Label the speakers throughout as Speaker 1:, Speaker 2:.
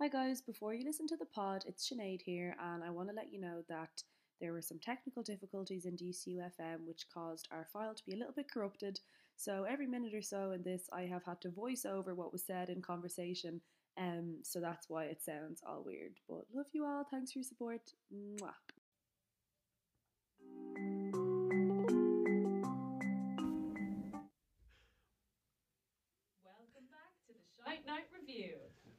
Speaker 1: Hi guys, before you listen to the pod, it's Sinead here, and I want to let you know that there were some technical difficulties in DCUFM which caused our file to be a little bit corrupted. So every minute or so in this, I have had to voice over what was said in conversation, um, so that's why it sounds all weird. But love you all, thanks for your support. Mwah.
Speaker 2: Welcome back to the Shite Night Review.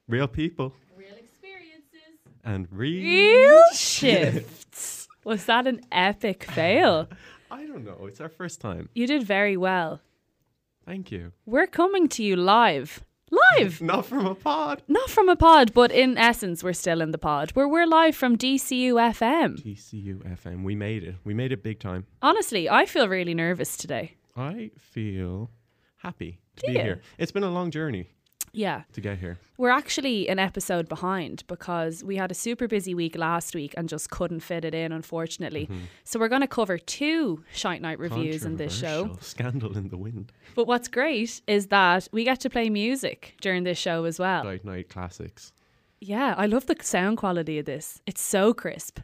Speaker 3: Real people
Speaker 2: Real experiences.
Speaker 3: and real.
Speaker 4: Real shifts. Was that an epic fail?
Speaker 3: I don't know. It's our first time.
Speaker 4: You did very well.
Speaker 3: Thank you.
Speaker 4: We're coming to you live. Live!
Speaker 3: Not from a pod.
Speaker 4: Not from a pod, but in essence, we're still in the pod. We're, we're live from DCU FM.
Speaker 3: TCU FM. We made it. We made it big time.
Speaker 4: Honestly, I feel really nervous today.
Speaker 3: I feel happy to
Speaker 4: Do
Speaker 3: be
Speaker 4: you?
Speaker 3: here. It's been a long journey
Speaker 4: Yeah.
Speaker 3: to get here.
Speaker 4: We're actually an episode behind because we had a super busy week last week and just couldn't fit it in, unfortunately.
Speaker 3: Mm-hmm.
Speaker 4: So we're going to cover two Shite Night reviews in this show.
Speaker 3: Controversial. Scandal in the wind.
Speaker 4: But what's great is that we get to play music during this show as well.
Speaker 3: Night night classics.
Speaker 4: Yeah, I love the sound quality of this. It's so crisp.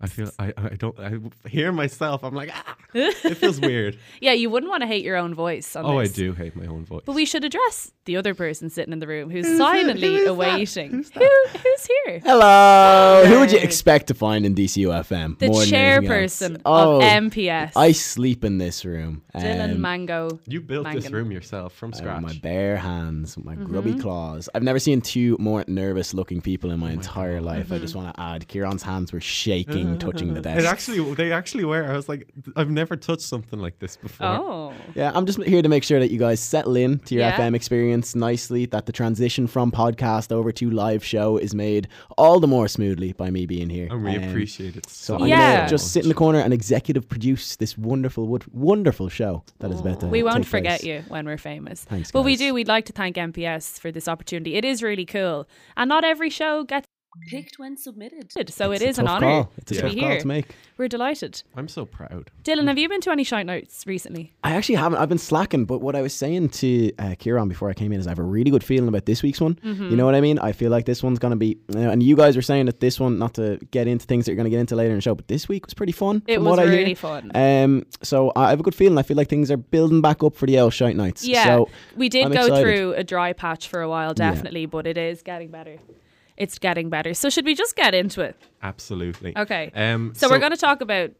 Speaker 3: I feel I, I don't I hear myself. I'm like ah. It feels weird.
Speaker 4: Yeah, you wouldn't want to hate your own voice. On
Speaker 3: oh, I
Speaker 4: this.
Speaker 3: do hate my own voice.
Speaker 4: But we should address the other person sitting in the room who's,
Speaker 3: Who's that?
Speaker 4: silently
Speaker 3: Who is that?
Speaker 4: awaiting.
Speaker 3: Who's
Speaker 4: Who, who's here?
Speaker 5: Hello. Who would you expect to find in DCUFM?
Speaker 4: The
Speaker 5: More than anything else?
Speaker 4: chairperson
Speaker 5: Oh,
Speaker 4: of MPS,
Speaker 5: I sleep in this room.
Speaker 4: Dylan
Speaker 5: um,
Speaker 4: Mango.
Speaker 3: you built this
Speaker 4: Mangan.
Speaker 3: room yourself from
Speaker 5: uh,
Speaker 3: scratch.
Speaker 5: my bare hands, with my grubby
Speaker 4: Mm-hmm.
Speaker 5: claws. I've never seen two more nervous-looking people
Speaker 3: Oh
Speaker 5: in my entire life. I
Speaker 4: Mm-hmm.
Speaker 5: just want to add, Kieran's hands were shaking, touching the desk.
Speaker 3: It actually, they actually were. I was like, I've never touched something like this before.
Speaker 4: Oh,
Speaker 5: Yeah, I'm just here to make sure that you guys settle in to your
Speaker 4: Yeah.
Speaker 5: FM experience nicely, that the transition from podcast over to live show is made all the more smoothly by me being here.
Speaker 3: and Oh, we
Speaker 5: Um,
Speaker 3: appreciate it.
Speaker 5: So
Speaker 3: So
Speaker 5: I'm
Speaker 4: Yeah.
Speaker 5: gonna just sit in the corner and executive produce this wonderful, wo- wonderful show that is about to.
Speaker 4: we won't
Speaker 5: take place.
Speaker 4: forget you when we're famous.
Speaker 5: Thanks,
Speaker 4: but we
Speaker 5: guys.
Speaker 4: do. We'd like to thank MPS for this opportunity. It is really cool, and not every show gets
Speaker 1: Picked when submitted.
Speaker 4: it, so
Speaker 5: It's
Speaker 4: it
Speaker 5: a
Speaker 4: is an
Speaker 5: tough
Speaker 4: honor
Speaker 5: call. It's a
Speaker 4: to
Speaker 5: tough
Speaker 4: be
Speaker 5: call
Speaker 4: here.
Speaker 5: to make.
Speaker 4: We're delighted.
Speaker 3: I'm so proud.
Speaker 4: Dylan, have you been to any shout notes recently?
Speaker 5: I actually haven't. I've been slacking, but what I was saying to uh, Kieran before I came in is I have a really good feeling about this week's one.
Speaker 4: Mm-hmm.
Speaker 5: You know what I mean? I feel like this one's going to be. You know, and you guys were saying that this one, not to get into things that you're going to get into later in the show, but this week was pretty fun.
Speaker 4: It
Speaker 5: from
Speaker 4: was
Speaker 5: what I hear.
Speaker 4: really fun.
Speaker 5: Um, so I have a good feeling. I feel like things are building back up for the L Shite Nights.
Speaker 4: Yeah,
Speaker 5: So
Speaker 4: we did
Speaker 5: I'm
Speaker 4: go
Speaker 5: excited.
Speaker 4: through a dry patch for a while, definitely, but it is getting better. It's getting better. So should we just get into it?
Speaker 3: Absolutely.
Speaker 4: Okay.
Speaker 3: Um.
Speaker 4: So, we're going to talk about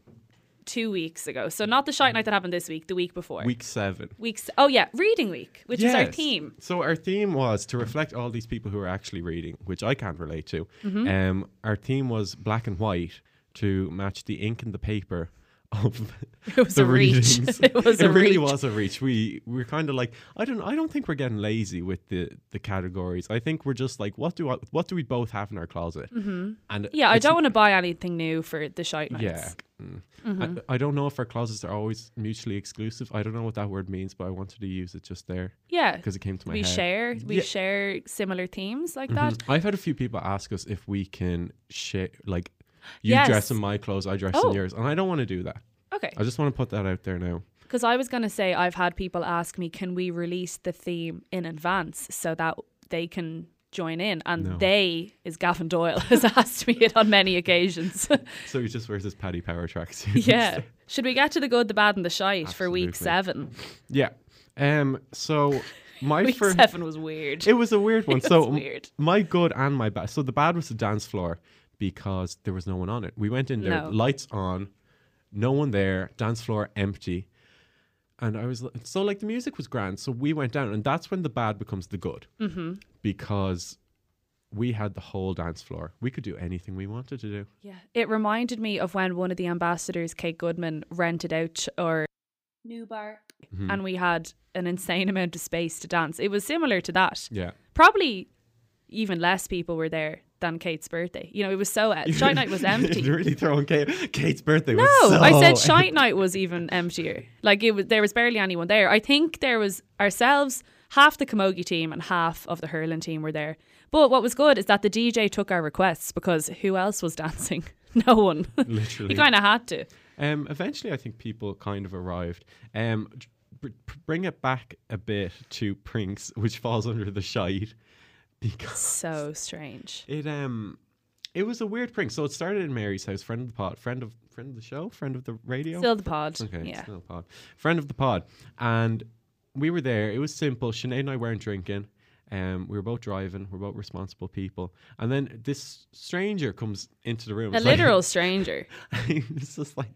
Speaker 4: two weeks ago. So not the shite night that happened this week, the week before.
Speaker 3: week seven.
Speaker 4: Weeks. Oh yeah, reading week, which is our
Speaker 3: Yes.
Speaker 4: theme.
Speaker 3: So our theme was to reflect all these people who are actually reading, which I can't relate to.
Speaker 4: Mm-hmm.
Speaker 3: Um, our theme was black and white to match the ink and the paper of
Speaker 4: It was
Speaker 3: the
Speaker 4: a reach.
Speaker 3: readings.
Speaker 4: It was a
Speaker 3: really
Speaker 4: reach.
Speaker 3: was a reach. We we're kind of like I don't I don't think we're getting lazy with the the categories. I think we're just like what do I, what do we both have in our closet? Mm-hmm. And
Speaker 4: Yeah, I
Speaker 3: it's-
Speaker 4: don't want to buy anything new for the shite nights.
Speaker 3: Yeah. Mm.
Speaker 4: Mm-hmm.
Speaker 3: I, I don't know if our closets are always mutually exclusive. I don't know what that word means, but I wanted to use it just there
Speaker 4: Yeah.
Speaker 3: because it came to my
Speaker 4: we
Speaker 3: head.
Speaker 4: share we
Speaker 3: Yeah.
Speaker 4: share similar themes like that.
Speaker 3: Mm. I've had a few people ask us if we can share, like, you
Speaker 4: Yes.
Speaker 3: dress in my clothes, I dress
Speaker 4: Oh.
Speaker 3: in yours. And I don't want to do that.
Speaker 4: Okay.
Speaker 3: I just want to put that out there now.
Speaker 4: Because I was going to say, I've had people ask me, can we release the theme in advance so that they can join in? And
Speaker 3: No.
Speaker 4: they is Gavin Doyle, has asked me it on many occasions.
Speaker 3: So he just wears his Paddy Power tracksuit.
Speaker 4: yeah. Should we get to the good, the bad, and the shite for week seven?
Speaker 3: yeah. Um. So my
Speaker 4: Week
Speaker 3: first.
Speaker 4: seven was weird.
Speaker 3: It was a weird one. so
Speaker 4: was
Speaker 3: m-
Speaker 4: weird.
Speaker 3: my good and my bad. So the bad was the dance floor because there was no one on it. We went in there,
Speaker 4: No.
Speaker 3: lights on, no one there, dance floor empty. And I was li- so like the music was grand. So we went down, and that's when the bad becomes the good mm-hmm. because we had the whole dance floor. We could do anything we wanted to do.
Speaker 4: yeah. It reminded me of when one of the ambassadors, Kate Goodman, rented out ch- or
Speaker 1: New bar.
Speaker 3: Mm-hmm.
Speaker 4: and we had an insane amount of space to dance. It was similar to that.
Speaker 3: Yeah.
Speaker 4: Probably even less people were there than Kate's birthday. You know, it was so uh, shite night was empty.
Speaker 3: You're really throwing Kate, Kate's birthday. No,
Speaker 4: No,
Speaker 3: was so
Speaker 4: I said Shite Night was even emptier. Like it was, there was barely anyone there. I think there was ourselves, half the Camogie team and half of the hurling team were there. But what was good is that the DJ took our requests because who else was dancing? No one.
Speaker 3: Literally.
Speaker 4: he kind of had to.
Speaker 3: Um, eventually, I think people kind of arrived. Um, j- br- br- bring it back a bit to Prinks, which falls under the shite. because
Speaker 4: So strange.
Speaker 3: it um it was a weird prank. So it started in Mary's house, friend of the pod, friend of friend of the show, friend of the radio.
Speaker 4: Still the pod.
Speaker 3: Okay,
Speaker 4: yeah.
Speaker 3: still pod. Friend of the pod. And we were there. It was simple. Sinead and I weren't drinking. Um, we were both driving. We're both responsible people. And then this stranger comes into the room.
Speaker 4: A
Speaker 3: It's like-
Speaker 4: literal stranger.
Speaker 3: it's just like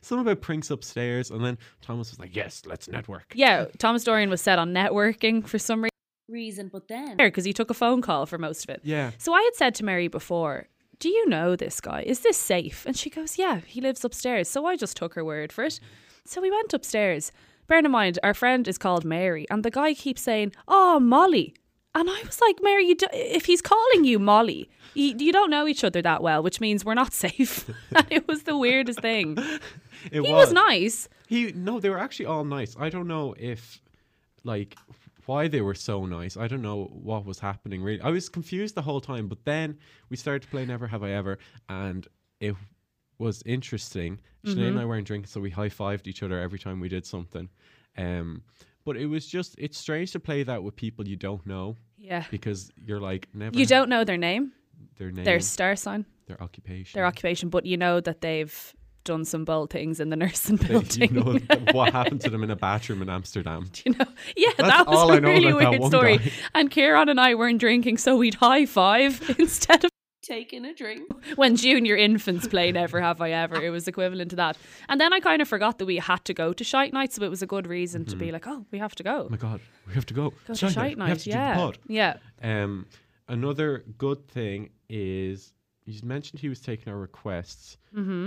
Speaker 3: something about pranks upstairs. And then Thomas was like, yes, let's network.
Speaker 4: Yeah, Thomas Dorian was set on networking for some reason
Speaker 1: Reason, but then
Speaker 4: because he took a phone call for most of it.
Speaker 3: Yeah.
Speaker 4: So I had said to Mary before, Do you know this guy? Is this safe? And she goes, Yeah, he lives upstairs. So I just took her word for it. So we went upstairs. Bear in mind, our friend is called Mary, and the guy keeps saying, Oh, Molly. And I was like, Mary, you do- if he's calling you Molly, you, you don't know each other that well, which means we're not safe. and it was the weirdest thing.
Speaker 3: It
Speaker 4: He was nice.
Speaker 3: He no, they were actually all nice. I don't know if like why they were so nice. I don't know what was happening really. I was confused the whole time, but then we started to play Never Have I Ever and it was interesting. Sinead
Speaker 4: Mm-hmm.
Speaker 3: and I weren't drinking, so we high fived each other every time we did something. Um but it was just it's strange to play that with people you don't know
Speaker 4: Yeah.
Speaker 3: because you're like never
Speaker 4: You don't know their name,
Speaker 3: their name,
Speaker 4: their star sign,
Speaker 3: their occupation.
Speaker 4: their occupation, but you know that they've done some bold things in the nursing
Speaker 3: They-
Speaker 4: building.
Speaker 3: you know what happened to them in a bathroom in Amsterdam.
Speaker 4: you know? Yeah, that was
Speaker 3: all
Speaker 4: a
Speaker 3: I know
Speaker 4: really
Speaker 3: about that
Speaker 4: weird
Speaker 3: one
Speaker 4: story.
Speaker 3: guy.
Speaker 4: And Kieran and I weren't drinking, so we'd high five instead of
Speaker 1: taking a drink.
Speaker 4: when junior infants play Never Have I Ever. It was equivalent to that. And then I kind of forgot that we had to go to Shite Night, so it was a good reason to be like, oh, we have to go.
Speaker 3: Oh my god, we have to go. Mm-hmm.
Speaker 4: Go to
Speaker 3: Shite
Speaker 4: Shite
Speaker 3: We have
Speaker 4: Night,
Speaker 3: to do the
Speaker 4: yeah.
Speaker 3: pod.
Speaker 4: Yeah.
Speaker 3: Um, another good thing is you mentioned he was taking our requests.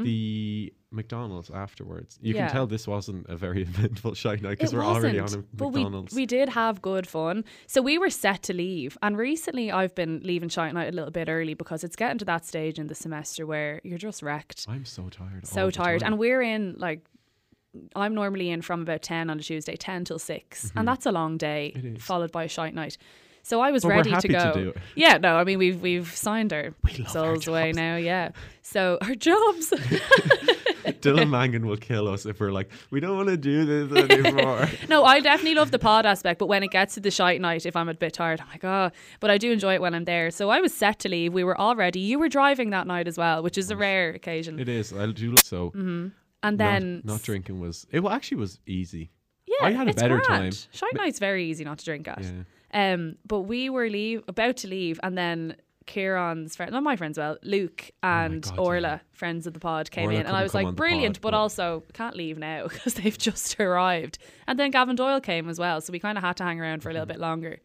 Speaker 3: The McDonald's afterwards. You
Speaker 4: Mm-hmm. Yeah.
Speaker 3: can tell this wasn't a very eventful shite night because
Speaker 4: It
Speaker 3: we're already on a
Speaker 4: wasn't, but we,
Speaker 3: McDonald's.
Speaker 4: we did have good fun. So we were set to leave. And recently I've been leaving Shite Night a little bit early because it's getting to that stage in the semester where you're just wrecked.
Speaker 3: I'm so tired.
Speaker 4: so tired. And we're in like I'm normally in from about ten on a Tuesday, ten till 6 and that's a long day,
Speaker 3: Mhm. is.
Speaker 4: followed by a shite night. So I was
Speaker 3: But we're
Speaker 4: ready
Speaker 3: happy
Speaker 4: to
Speaker 3: to
Speaker 4: go.
Speaker 3: do it.
Speaker 4: Yeah, no, I mean we've we've signed our
Speaker 3: love our
Speaker 4: souls away
Speaker 3: jobs.
Speaker 4: now. Yeah, so our jobs.
Speaker 3: Dylan Mangan will kill us if we're like, we don't want to do this anymore.
Speaker 4: no, I definitely love the pod aspect, but when it gets to the shite night, if I'm a bit tired, I'm like, oh, but I do enjoy it when I'm there. So I was set to leave. We were all ready. You were driving that night as well, which is a rare occasion.
Speaker 3: it is. I do like so.
Speaker 4: and
Speaker 3: Not-
Speaker 4: Mm-hmm. then
Speaker 3: not, drinking was it wa- actually was easy.
Speaker 4: Yeah,
Speaker 3: I had a
Speaker 4: it's
Speaker 3: better time.
Speaker 4: grand. Shite night's very easy not to drink at.
Speaker 3: Yeah.
Speaker 4: Um, but we were leave about to leave, and then Kieran's friend, not my friends, well, Luke and
Speaker 3: Oh God,
Speaker 4: Orla,
Speaker 3: yeah.
Speaker 4: friends of the pod, came
Speaker 3: Orla
Speaker 4: in, and I
Speaker 3: couldn't
Speaker 4: was
Speaker 3: come
Speaker 4: like,
Speaker 3: on the
Speaker 4: brilliant,
Speaker 3: pod,
Speaker 4: but
Speaker 3: but-
Speaker 4: also can't leave now because they've just arrived. And then Gavin Doyle came as well, so we kind of had to hang around for a little
Speaker 3: Mm-hmm.
Speaker 4: bit longer.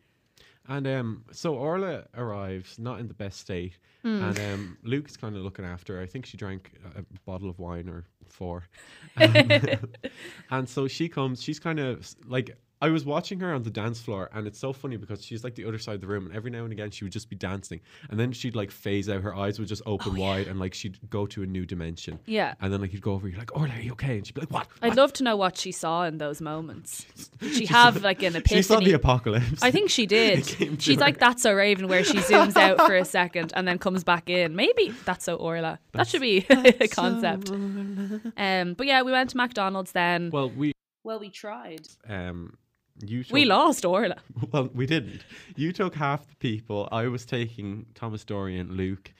Speaker 3: And um, so Orla arrives not in the best state,
Speaker 4: Hmm.
Speaker 3: and um, Luke's kind of looking after her. I think she drank a a bottle of wine or four, Um, and so she comes. She's kind of s- like I was watching her on the dance floor, and it's so funny because she's like the other side of the room, and every now and again she would just be dancing, and then she'd like phase out. Her eyes would just open wide, and like she'd go to a new dimension.
Speaker 4: Oh, Yeah.
Speaker 3: And then like you'd go over, you're like, Orla, are you okay? And she'd be like, What?
Speaker 4: I'd love to know what she saw in those moments. Did she have like an epiphany?
Speaker 3: She saw the apocalypse.
Speaker 4: I think she
Speaker 3: came
Speaker 4: did.
Speaker 3: to
Speaker 4: She's
Speaker 3: her.
Speaker 4: like that's so Raven, where she zooms out for a second and then comes back in. Maybe that's so Orla. that should be a concept. Um, but yeah, we went to McDonald's then.
Speaker 3: Well, we
Speaker 1: Well, we tried.
Speaker 3: um. You
Speaker 4: we
Speaker 3: took-
Speaker 4: lost Orla.
Speaker 3: Well, we didn't. You took half the people. I was taking Thomas Dorian, Luke,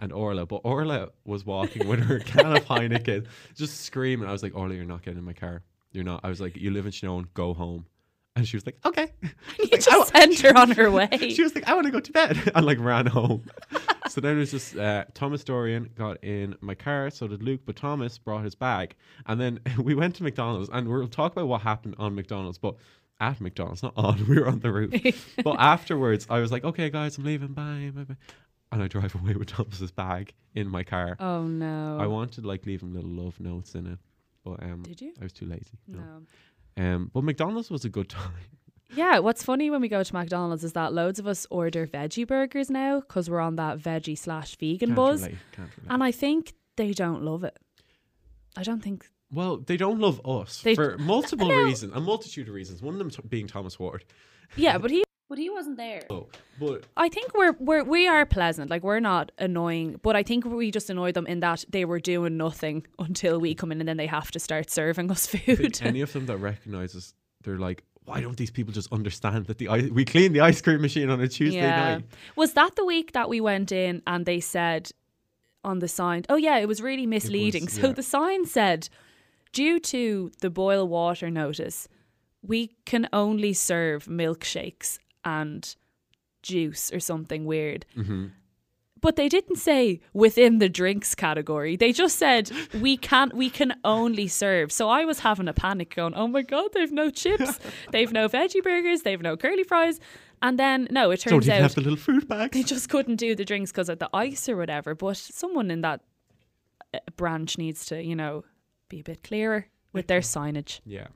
Speaker 3: and Orla. But Orla was walking with her can of Heineken, just screaming. I was like, Orla, you're not getting in my car. You're not. I was like, you live in Shinoan, go home. And she was like, okay.
Speaker 4: You just sent her on her way.
Speaker 3: She was like, I want to go to bed. And like ran home. so then it was just uh, Thomas Dorian got in my car. So did Luke, but Thomas brought his bag. And then we went to McDonald's. And we'll talk about what happened on McDonald's, but at McDonald's, not on. We were on the roof. but afterwards, I was like, okay, guys, I'm leaving. Bye. bye, bye. And I drive away with Thomas's bag in my car.
Speaker 4: Oh no.
Speaker 3: I wanted to like leave him little love notes in it. But um,
Speaker 4: Did you?
Speaker 3: I was too lazy.
Speaker 4: no.
Speaker 3: Um, but McDonald's was a good time.
Speaker 4: Yeah, what's funny when we go to McDonald's is that loads of us order veggie burgers now because we're on that veggie slash vegan
Speaker 3: Can't
Speaker 4: buzz,
Speaker 3: relate, can't relate.
Speaker 4: and I think they don't love it. I don't think
Speaker 3: Well, they don't love us
Speaker 4: They-
Speaker 3: for multiple
Speaker 4: No.
Speaker 3: reasons, a multitude of reasons. One of them t- being Thomas Ward.
Speaker 4: Yeah, but he.
Speaker 1: But he wasn't there.
Speaker 3: Oh, but
Speaker 4: I think we're we're we are pleasant. Like we're not annoying, but I think we just annoy them in that they were doing nothing until we come in, and then they have to start serving us
Speaker 3: I think
Speaker 4: food.
Speaker 3: any of them that recognizes, they're like, why don't these people just understand that the i- we clean the ice cream machine on a Tuesday
Speaker 4: yeah.
Speaker 3: night?
Speaker 4: Was that the week that we went in and they said on the sign, oh, yeah, it was really misleading. So
Speaker 3: yeah.
Speaker 4: the sign said, due to the boil water notice, we can only serve milkshakes and juice or something weird.
Speaker 3: Mm-hmm.
Speaker 4: But they didn't say within the drinks category. They just said we can't we can only serve. So I was having a panic going, Oh my god, they've no chips, they've no veggie burgers, they've no curly fries. And then no, it
Speaker 3: Don't
Speaker 4: turns
Speaker 3: even
Speaker 4: out
Speaker 3: have the little food bags.
Speaker 4: they just couldn't do the drinks because of the ice or whatever. But someone in that uh, branch needs to, you know, be a bit clearer with their signage.
Speaker 3: Yeah.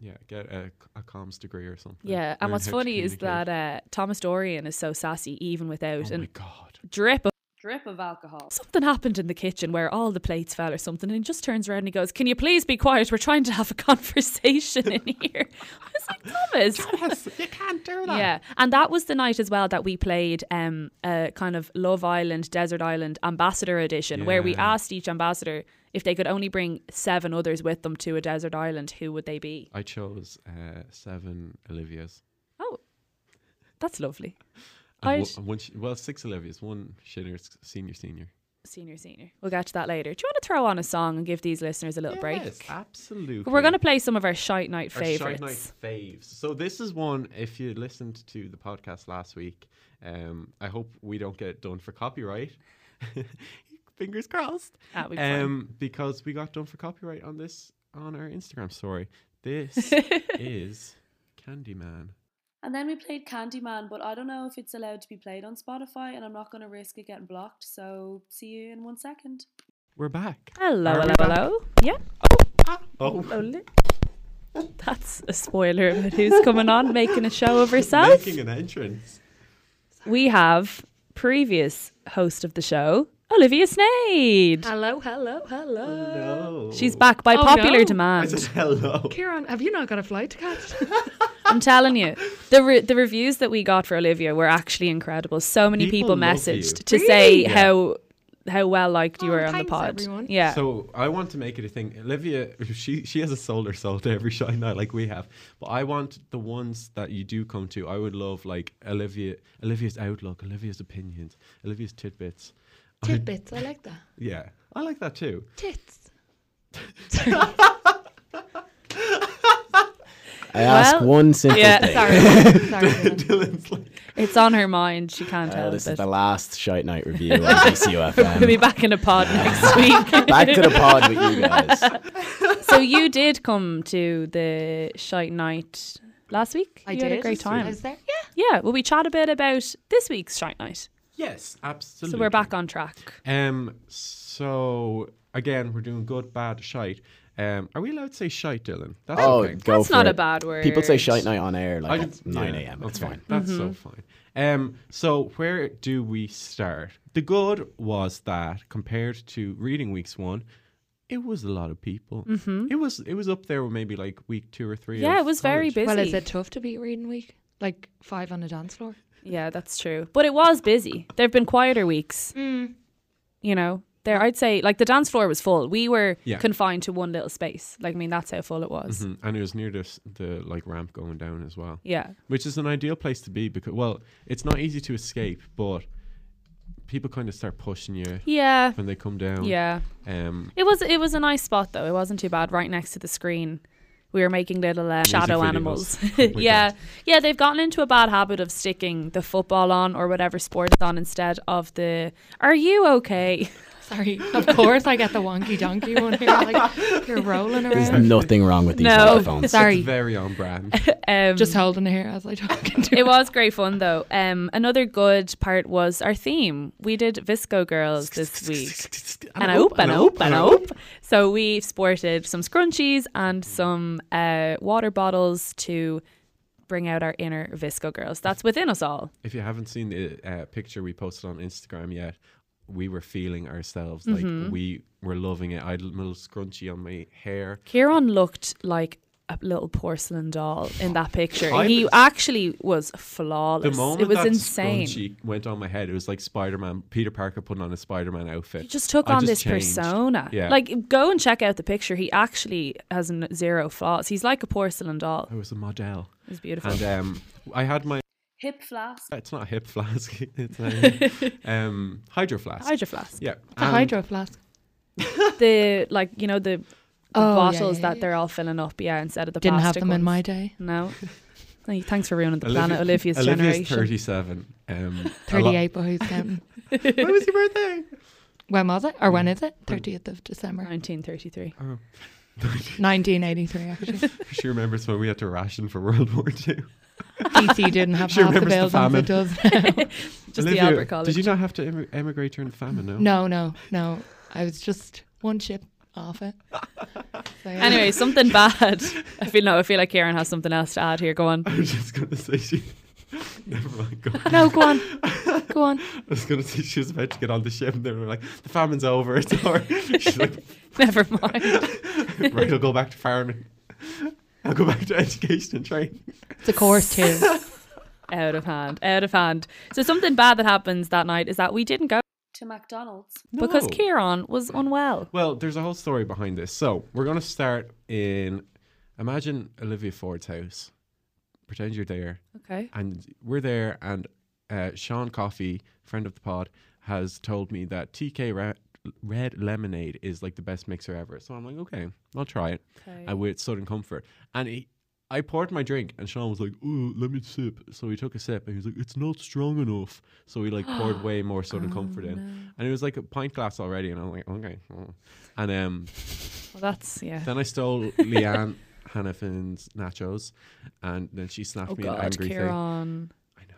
Speaker 3: Yeah, get a, a comms degree or something.
Speaker 4: Yeah, and
Speaker 3: Learn
Speaker 4: what's
Speaker 3: how to
Speaker 4: funny is
Speaker 3: communicate.
Speaker 4: that uh, Thomas Dorian is so sassy, even without
Speaker 3: oh my
Speaker 4: a
Speaker 3: god.
Speaker 4: drip of
Speaker 1: Drip of alcohol.
Speaker 4: something happened in the kitchen where all the plates fell or something, and he just turns around and he goes, "Can you please be quiet? We're trying to have a conversation in here." I was like, Thomas,
Speaker 3: you can't do
Speaker 4: yeah, and that was the night as well that we played um, a kind of Love Island, Desert Island ambassador edition, where we
Speaker 3: Yeah.
Speaker 4: asked each ambassador if they could only bring seven others with them to a desert island, who would they be?
Speaker 3: I chose uh, seven Olivias.
Speaker 4: Oh, that's lovely.
Speaker 3: And
Speaker 4: I'd-
Speaker 3: one, and one sh- well, six Olivias, one senior, s- senior, senior.
Speaker 4: Senior, senior. We'll get to that later. Do you want to throw on a song and give these listeners a little break?
Speaker 3: absolutely.
Speaker 4: We're going to play some of our shite night
Speaker 3: Our Shite
Speaker 4: favorites.
Speaker 3: Night faves. So this is one. If you listened to the podcast last week, um, I hope we don't get done for copyright. Fingers crossed.
Speaker 4: Ah, we'd be fine.
Speaker 3: Um, because we got done for copyright on this on our Instagram story. This is Candyman.
Speaker 1: And then we played Candyman, but I don't know if it's allowed to be played on Spotify, and I'm not going to risk it getting blocked. So see you in one second.
Speaker 3: We're back.
Speaker 4: Hello,
Speaker 3: Are we
Speaker 4: hello,
Speaker 3: back?
Speaker 4: hello. Yeah.
Speaker 3: Oh,
Speaker 4: That's a spoiler about who's coming on, making a show of herself.
Speaker 3: making an entrance.
Speaker 4: We have previous host of the show, Olivia Snade.
Speaker 6: Hello, hello, hello.
Speaker 3: No.
Speaker 4: She's back by
Speaker 6: Oh,
Speaker 4: popular
Speaker 6: no.
Speaker 3: I
Speaker 4: demand.
Speaker 3: said hello.
Speaker 6: Kieran, have you not got a flight to catch?
Speaker 4: I'm telling you, the re- the reviews that we got for Olivia were actually incredible. So many
Speaker 3: People
Speaker 4: people,
Speaker 3: love
Speaker 4: messaged to
Speaker 6: you.
Speaker 4: say
Speaker 6: Really?
Speaker 4: how how well liked you
Speaker 6: Oh,
Speaker 4: were on the
Speaker 6: thanks,
Speaker 4: pod.
Speaker 6: everyone.
Speaker 4: Yeah.
Speaker 3: So I want to make it a thing. Olivia, she she has a soul or soul to every shine night like we have. But I want the ones that you do come to. I would love like Olivia, Olivia's outlook, Olivia's opinions, Olivia's tidbits. I-
Speaker 6: Tidbits, I like that.
Speaker 3: yeah, I like that too.
Speaker 6: Tits.
Speaker 5: I ask
Speaker 4: Well,
Speaker 5: one simple
Speaker 4: yeah,
Speaker 5: thing.
Speaker 6: Sorry. Sorry. Dylan.
Speaker 3: Dylan's like,
Speaker 4: it's on her mind. She can't
Speaker 5: Uh,
Speaker 4: help
Speaker 5: this is
Speaker 4: it.
Speaker 5: the last shite night review on DCUFM.
Speaker 4: We'll be back in a pod next week.
Speaker 5: Back to the pod with you guys.
Speaker 4: so you did come to the shite night last week.
Speaker 6: I
Speaker 4: you
Speaker 6: did.
Speaker 4: had a great
Speaker 6: I
Speaker 4: time.
Speaker 6: was there. Yeah.
Speaker 4: Yeah. Well, we chat a bit about this week's shite night.
Speaker 3: yes, absolutely.
Speaker 4: So we're back on track.
Speaker 3: Um. So again, we're doing good, bad, shite. Um. Are we allowed to say shite, Dylan? That's
Speaker 5: Oh,
Speaker 3: okay.
Speaker 5: go
Speaker 4: That's
Speaker 5: for
Speaker 4: not
Speaker 5: it.
Speaker 4: a bad word.
Speaker 5: People say shite night on air
Speaker 3: I
Speaker 5: like
Speaker 3: just-
Speaker 5: at 9
Speaker 3: yeah,
Speaker 5: a.m. It's
Speaker 3: okay,
Speaker 5: fine.
Speaker 3: That's
Speaker 4: Mm-hmm.
Speaker 3: so fine. Um, so where do we start? The good was that compared to reading weeks one, it was a lot of people. It was it was up there with maybe like week two or three.
Speaker 4: Mm-hmm. Yeah,
Speaker 3: of
Speaker 4: it was very
Speaker 3: college.
Speaker 4: busy.
Speaker 6: Well, is it tough to beat reading week? Like five on a dance floor?
Speaker 4: Yeah, that's true. But it was busy. There have been quieter weeks.
Speaker 6: Mm.
Speaker 4: You know, there I'd say like the dance floor was full. We were
Speaker 3: Yeah.
Speaker 4: confined to one little space. Like I mean, that's how full it was.
Speaker 5: Mm-hmm.
Speaker 3: Mhm, and it was near this the like ramp going down as well,
Speaker 4: Yeah.
Speaker 3: which is an ideal place to be because well, it's not easy to escape, but people kind of start pushing you
Speaker 4: Yeah.
Speaker 3: when they come down.
Speaker 4: Yeah.
Speaker 3: Um,
Speaker 4: It was it was a nice spot though. It wasn't too bad right next to the screen. We were making little uh, shadow
Speaker 3: videos.
Speaker 4: animals.
Speaker 3: Oh my
Speaker 4: yeah.
Speaker 3: God.
Speaker 4: Yeah, they've gotten into a bad habit of sticking the football on or whatever sport it's on instead of the Are you okay?
Speaker 6: Sorry. Of course, I get the wonky donkey one here. Like, you're rolling
Speaker 5: There's
Speaker 6: around.
Speaker 5: nothing wrong with these
Speaker 4: No.
Speaker 5: microphones.
Speaker 6: Sorry.
Speaker 3: very on brand.
Speaker 4: Um,
Speaker 6: Just holding it here as I talk into
Speaker 4: it was great fun though. Um, another good part was our theme. We did Visco Girls this week. And I hope, and I hope, and I hope. So we sported some scrunchies and some uh, water bottles to bring out our inner Visco Girls. That's within us all.
Speaker 3: if you haven't seen the uh, picture we posted on Instagram yet, we were feeling ourselves
Speaker 4: Mm-hmm.
Speaker 3: like we were loving it. I had a little scrunchie on my hair.
Speaker 4: Kieran looked like a little porcelain doll in that picture.
Speaker 3: I
Speaker 4: he
Speaker 3: was-
Speaker 4: actually was
Speaker 3: The
Speaker 4: flawless.
Speaker 3: moment
Speaker 4: It was
Speaker 3: that
Speaker 4: insane.
Speaker 3: scrunchie went on my head, it was like Spider Man, Peter Parker putting on a Spider Man outfit.
Speaker 4: He just took
Speaker 3: I
Speaker 4: on
Speaker 3: just
Speaker 4: this
Speaker 3: changed.
Speaker 4: persona.
Speaker 3: Yeah.
Speaker 4: Like, go and check out the picture. He actually has n- zero flaws. He's like a porcelain doll.
Speaker 3: I was a model.
Speaker 4: was beautiful.
Speaker 3: And um, I had my.
Speaker 1: Hip flask.
Speaker 3: It's not a hip flask. It's a um, hydro flask.
Speaker 4: Hydro flask.
Speaker 3: yeah.
Speaker 6: The
Speaker 3: and-
Speaker 6: hydro flask. Oh,
Speaker 4: The like you know the, the
Speaker 6: yeah,
Speaker 4: bottles
Speaker 6: yeah,
Speaker 4: that they're all filling up. Yeah, instead of the
Speaker 6: Didn't have
Speaker 4: plastic
Speaker 6: them
Speaker 4: ones.
Speaker 6: in my day.
Speaker 4: No. Thank- Thanks for ruining the
Speaker 3: Olivia-
Speaker 4: planet, Olivia's,
Speaker 3: Olivia's
Speaker 4: generation.
Speaker 3: 37. Um, a lot-
Speaker 6: 38, but who's counting?
Speaker 3: When was your birthday?
Speaker 6: When was it? Or when is it? 30th of December.
Speaker 4: 1933.
Speaker 3: Oh.
Speaker 6: 1983, actually.
Speaker 3: She remembers when we had to ration for World War II.
Speaker 6: DC didn't have
Speaker 3: She
Speaker 6: half the
Speaker 3: remembers the
Speaker 6: buildings
Speaker 3: famine.
Speaker 6: it does now.
Speaker 4: Just the Albert College.
Speaker 3: Did you not have to em- emigrate during the famine? No.
Speaker 6: No, no, no. I was just one chip off it. So, yeah.
Speaker 4: Anyway, something bad. I feel no. I feel like Karen has something else to add here. Go on.
Speaker 3: I was just gonna say she. Never mind. Go on.
Speaker 6: No, go on. Go on.
Speaker 3: I was gonna say she was about to get on the ship, and they were like, "The famine's over. It's over." She's like,
Speaker 4: Never mind.
Speaker 3: "Right, I'll go back to farming. I'll go back to education and training."
Speaker 6: It's a course too.
Speaker 4: out of hand. Out of hand. So something bad that happens that night is that we didn't go
Speaker 1: To McDonald's.
Speaker 4: because
Speaker 3: No.
Speaker 4: Kieran was unwell.
Speaker 3: Well, there's a whole story behind this. So we're gonna start in. Imagine Olivia Ford's house. Pretend you're there.
Speaker 4: Okay.
Speaker 3: and we're there and uh, sean coffey friend of the pod has told me that tk red, red lemonade is like the best mixer ever so i'm like okay i'll try it
Speaker 4: Okay.
Speaker 3: and with sudden comfort and he I poured my drink and Sean was like, "Ooh, let me sip." So he took a sip and he was like, "It's not strong enough." So he like poured way more sudden comfort in, and it was like a pint glass already. And I'm like, "Okay," oh." and um,
Speaker 4: Well, that's yeah.
Speaker 3: then I stole Leanne Hannafin's nachos, and then she snapped
Speaker 4: Oh
Speaker 3: me an
Speaker 4: God,
Speaker 3: angry thing.
Speaker 4: Kieran.
Speaker 3: I know.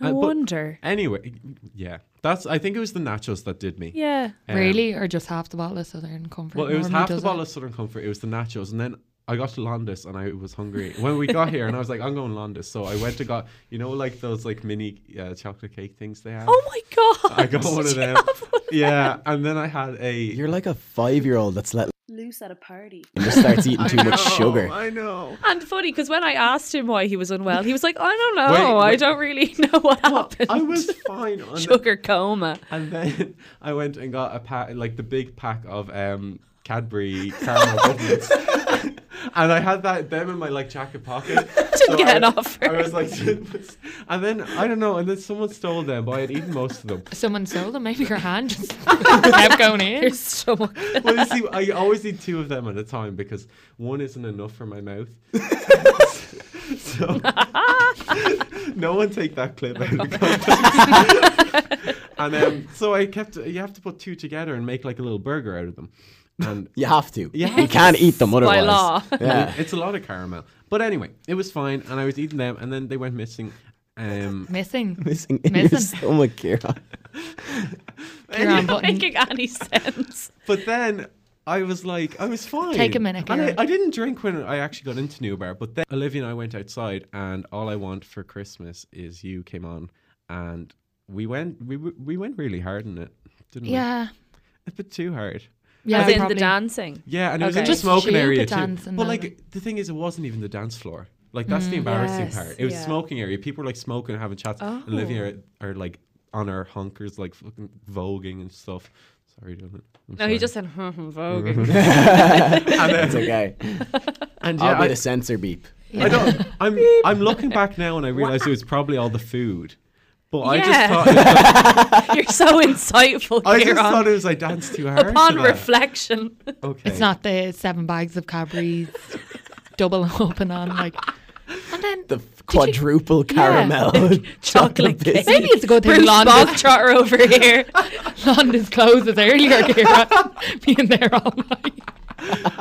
Speaker 4: No
Speaker 3: Uh, but
Speaker 4: wonder.
Speaker 3: anyway, yeah, that's. I think it was the nachos that did me.
Speaker 4: Yeah.
Speaker 3: Um,
Speaker 6: really? Or just half the bottle of Southern Comfort?
Speaker 3: Well, it was
Speaker 6: Normally
Speaker 3: half the
Speaker 6: does
Speaker 3: bottle
Speaker 6: it.
Speaker 3: of Southern Comfort. It was the nachos, and then I got to Londis, and I was hungry when we got here, and I was like, I'm going Londis. So I went to got you know like those like mini uh, chocolate cake things they have.
Speaker 4: Oh my God.
Speaker 3: I got one of
Speaker 4: Did you
Speaker 3: them.
Speaker 4: have one?
Speaker 3: yeah, and then I had a.
Speaker 5: You're like a five year old that's let
Speaker 1: Loose at a party.
Speaker 5: and just starts eating too much
Speaker 3: Oh,
Speaker 5: sugar.
Speaker 3: I know.
Speaker 4: And funny because when I asked him why he was unwell, he was like, "I don't know.
Speaker 3: Wait,
Speaker 4: I
Speaker 3: wait.
Speaker 4: don't really know what happened."
Speaker 3: I was fine on the-
Speaker 4: sugar coma.
Speaker 3: And then I went and got a pack, like the big pack of um, Cadbury caramel bubbles. and I had that them in my like jacket pocket. Didn't
Speaker 4: get
Speaker 3: I,
Speaker 4: an offer.
Speaker 3: I was like, and then I don't know, and then someone stole them, but I had eaten most of them.
Speaker 6: Someone sold them. Maybe your hand just kept going in.
Speaker 4: Your stomach.
Speaker 3: Well, you see, I always eat two of them at a time because one isn't enough for my mouth. so no one take that clip out of context. and um, so I kept. You have to put two together and make like a little burger out of them. And
Speaker 5: You have to.
Speaker 3: Yeah.
Speaker 5: You can't eat them otherwise.
Speaker 4: law.
Speaker 5: Yeah.
Speaker 3: It's a lot of caramel. But anyway, it was fine, and I was eating them, and then they went missing. Um,
Speaker 6: Missing.
Speaker 5: Missing in your
Speaker 6: Missing.
Speaker 5: stomach, Kieran.
Speaker 6: You're on
Speaker 4: Not
Speaker 6: button.
Speaker 4: making any sense.
Speaker 3: but then I was like, I was fine.
Speaker 6: Take a minute,
Speaker 3: And I,
Speaker 6: Kieran.
Speaker 3: I didn't drink when I actually got into New Bar, but then Olivia and I went outside, and all I want for Christmas is you came on, and we went we w- we went really hard in it, didn't we?
Speaker 6: Yeah.
Speaker 3: A bit too hard.
Speaker 6: Yeah.
Speaker 4: As in
Speaker 6: probably.
Speaker 4: the dancing.
Speaker 3: Yeah, and it was in
Speaker 4: Okay.
Speaker 3: the
Speaker 4: Just
Speaker 3: smoking
Speaker 6: chill
Speaker 3: area
Speaker 6: the
Speaker 3: too.
Speaker 6: dance and
Speaker 3: But
Speaker 6: then- Mm,
Speaker 3: like the thing is, it wasn't even the dance floor. Like that's the embarrassing
Speaker 4: Yes,
Speaker 3: part. It was the
Speaker 4: yeah.
Speaker 3: smoking area. People were like smoking, having chats.
Speaker 4: Oh.
Speaker 3: Olivia are, are like on her honkers, like fucking voguing and stuff. Sorry, Dylan. I'm
Speaker 4: No, he
Speaker 3: sorry.
Speaker 4: just said, "Hmm, hmm, voguing."
Speaker 5: It's okay.
Speaker 3: and yeah,
Speaker 5: I'll be
Speaker 3: I,
Speaker 5: the censor beep.
Speaker 3: I don't. I'm I'm looking back now and I realize it was probably all the food. But I
Speaker 4: Yeah.
Speaker 3: just thought it was,
Speaker 4: You're so insightful,
Speaker 3: I just
Speaker 4: Kieran.
Speaker 3: thought it was I danced too hard.
Speaker 4: Upon
Speaker 3: to that.
Speaker 4: reflection,
Speaker 3: okay.
Speaker 6: It's not the seven bags of Cadbury's double up and on. Like, and then
Speaker 5: The quadruple caramel
Speaker 4: chocolate cake.
Speaker 6: maybe it's a good thing
Speaker 4: Bruce
Speaker 6: London,
Speaker 4: Bogtrotter over here.
Speaker 6: London's closes earlier, Kieran. Being there all night.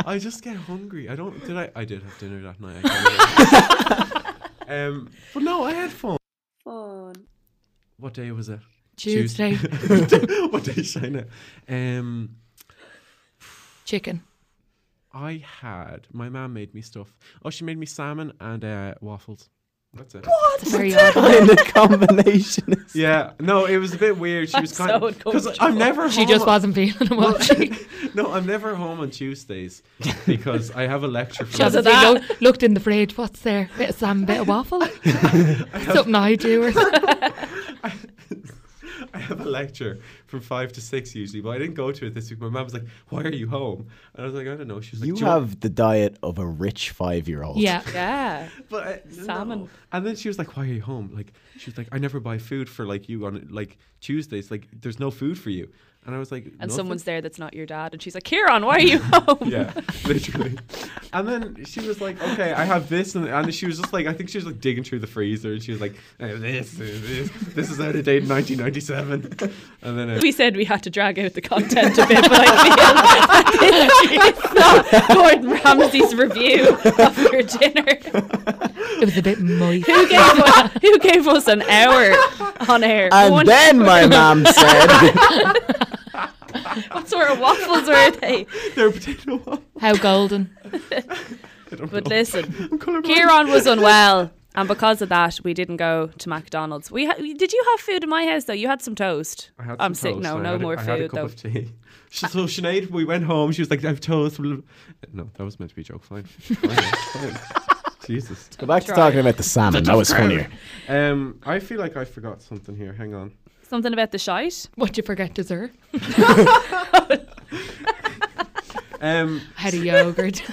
Speaker 3: I just get hungry. I don't. Did I? I did have dinner that night. I can't remember. um, but no, I had fun.
Speaker 1: Fun.
Speaker 3: What day was it?
Speaker 6: Tuesday.
Speaker 3: what day, Shana? Um,
Speaker 6: Chicken.
Speaker 3: I had my mum made me stuff. Oh, she made me salmon and uh, waffles. That's it.
Speaker 6: It's a very odd.
Speaker 5: in the combination. is-
Speaker 3: Yeah. No, it was a bit weird. She was
Speaker 4: so
Speaker 3: kind of I'm
Speaker 4: uncomfortable.
Speaker 3: never.
Speaker 6: She
Speaker 3: home
Speaker 6: just
Speaker 3: on-
Speaker 6: wasn't feeling it. Well, she
Speaker 3: no, I'm never home on Tuesdays because I have a lecture. For
Speaker 4: Because of
Speaker 6: obviously
Speaker 4: that.
Speaker 6: lo- looked in the fridge. What's there? Bit of salmon, bit of waffle. Something I do. Or something.
Speaker 3: I have a lecture from five to six usually, but I didn't go to it this week. My mom was like, "Why are you home?" And I was like, "I don't know." She was like,
Speaker 5: You
Speaker 3: "Do want-"
Speaker 5: have the diet of a rich five year old.
Speaker 6: Yeah.
Speaker 4: Yeah.
Speaker 3: but I,
Speaker 4: Salmon.
Speaker 3: no. And then she was like, "Why are you home?" Like she was like, "I never buy food for like you on like Tuesdays. Like there's no food for you." And I was like,
Speaker 4: And
Speaker 3: "Nothing?"
Speaker 4: someone's there that's not your dad, and she's like, Kieran, why are you home?
Speaker 3: yeah, literally. And then she was like, "Okay, I have this," and, and she was just like, I think she was like digging through the freezer, and she was like, "I have "This, I have this, this is out of date, 1997." And then uh,
Speaker 4: We said we had to drag out the content a bit, but I feel it's not Gordon Ramsay's review of your dinner.
Speaker 6: It was a bit moist.
Speaker 4: Who gave us, who gave us an hour on air?
Speaker 5: And
Speaker 4: One-
Speaker 5: then my mom said,
Speaker 4: what sort of waffles were they?
Speaker 3: their potato waffle.
Speaker 6: How golden.
Speaker 3: I don't
Speaker 4: But
Speaker 3: know.
Speaker 4: listen,
Speaker 3: I'm colourblind.
Speaker 4: Kieran was unwell, and because of that, we didn't go to McDonald's. We ha- did you have food in my house though? You had some toast.
Speaker 3: I had
Speaker 4: I'm
Speaker 3: some
Speaker 4: sick.
Speaker 3: toast
Speaker 4: No,
Speaker 3: and I
Speaker 4: no
Speaker 3: had a-
Speaker 4: more
Speaker 3: I had a
Speaker 4: food
Speaker 3: cup
Speaker 4: though.
Speaker 3: of tea. She- so Sinead, we went home. She was like, "I have toast." No, that was meant to be a joke. Fine. Fine, it's fine. Jesus.
Speaker 5: Go back to
Speaker 4: Try.
Speaker 5: talking about the salmon. That was funnier.
Speaker 3: Um, I feel like I forgot something here. Hang on.
Speaker 4: Something about the shite.
Speaker 6: What'd you forget dessert?
Speaker 3: Um,
Speaker 6: I had a yogurt.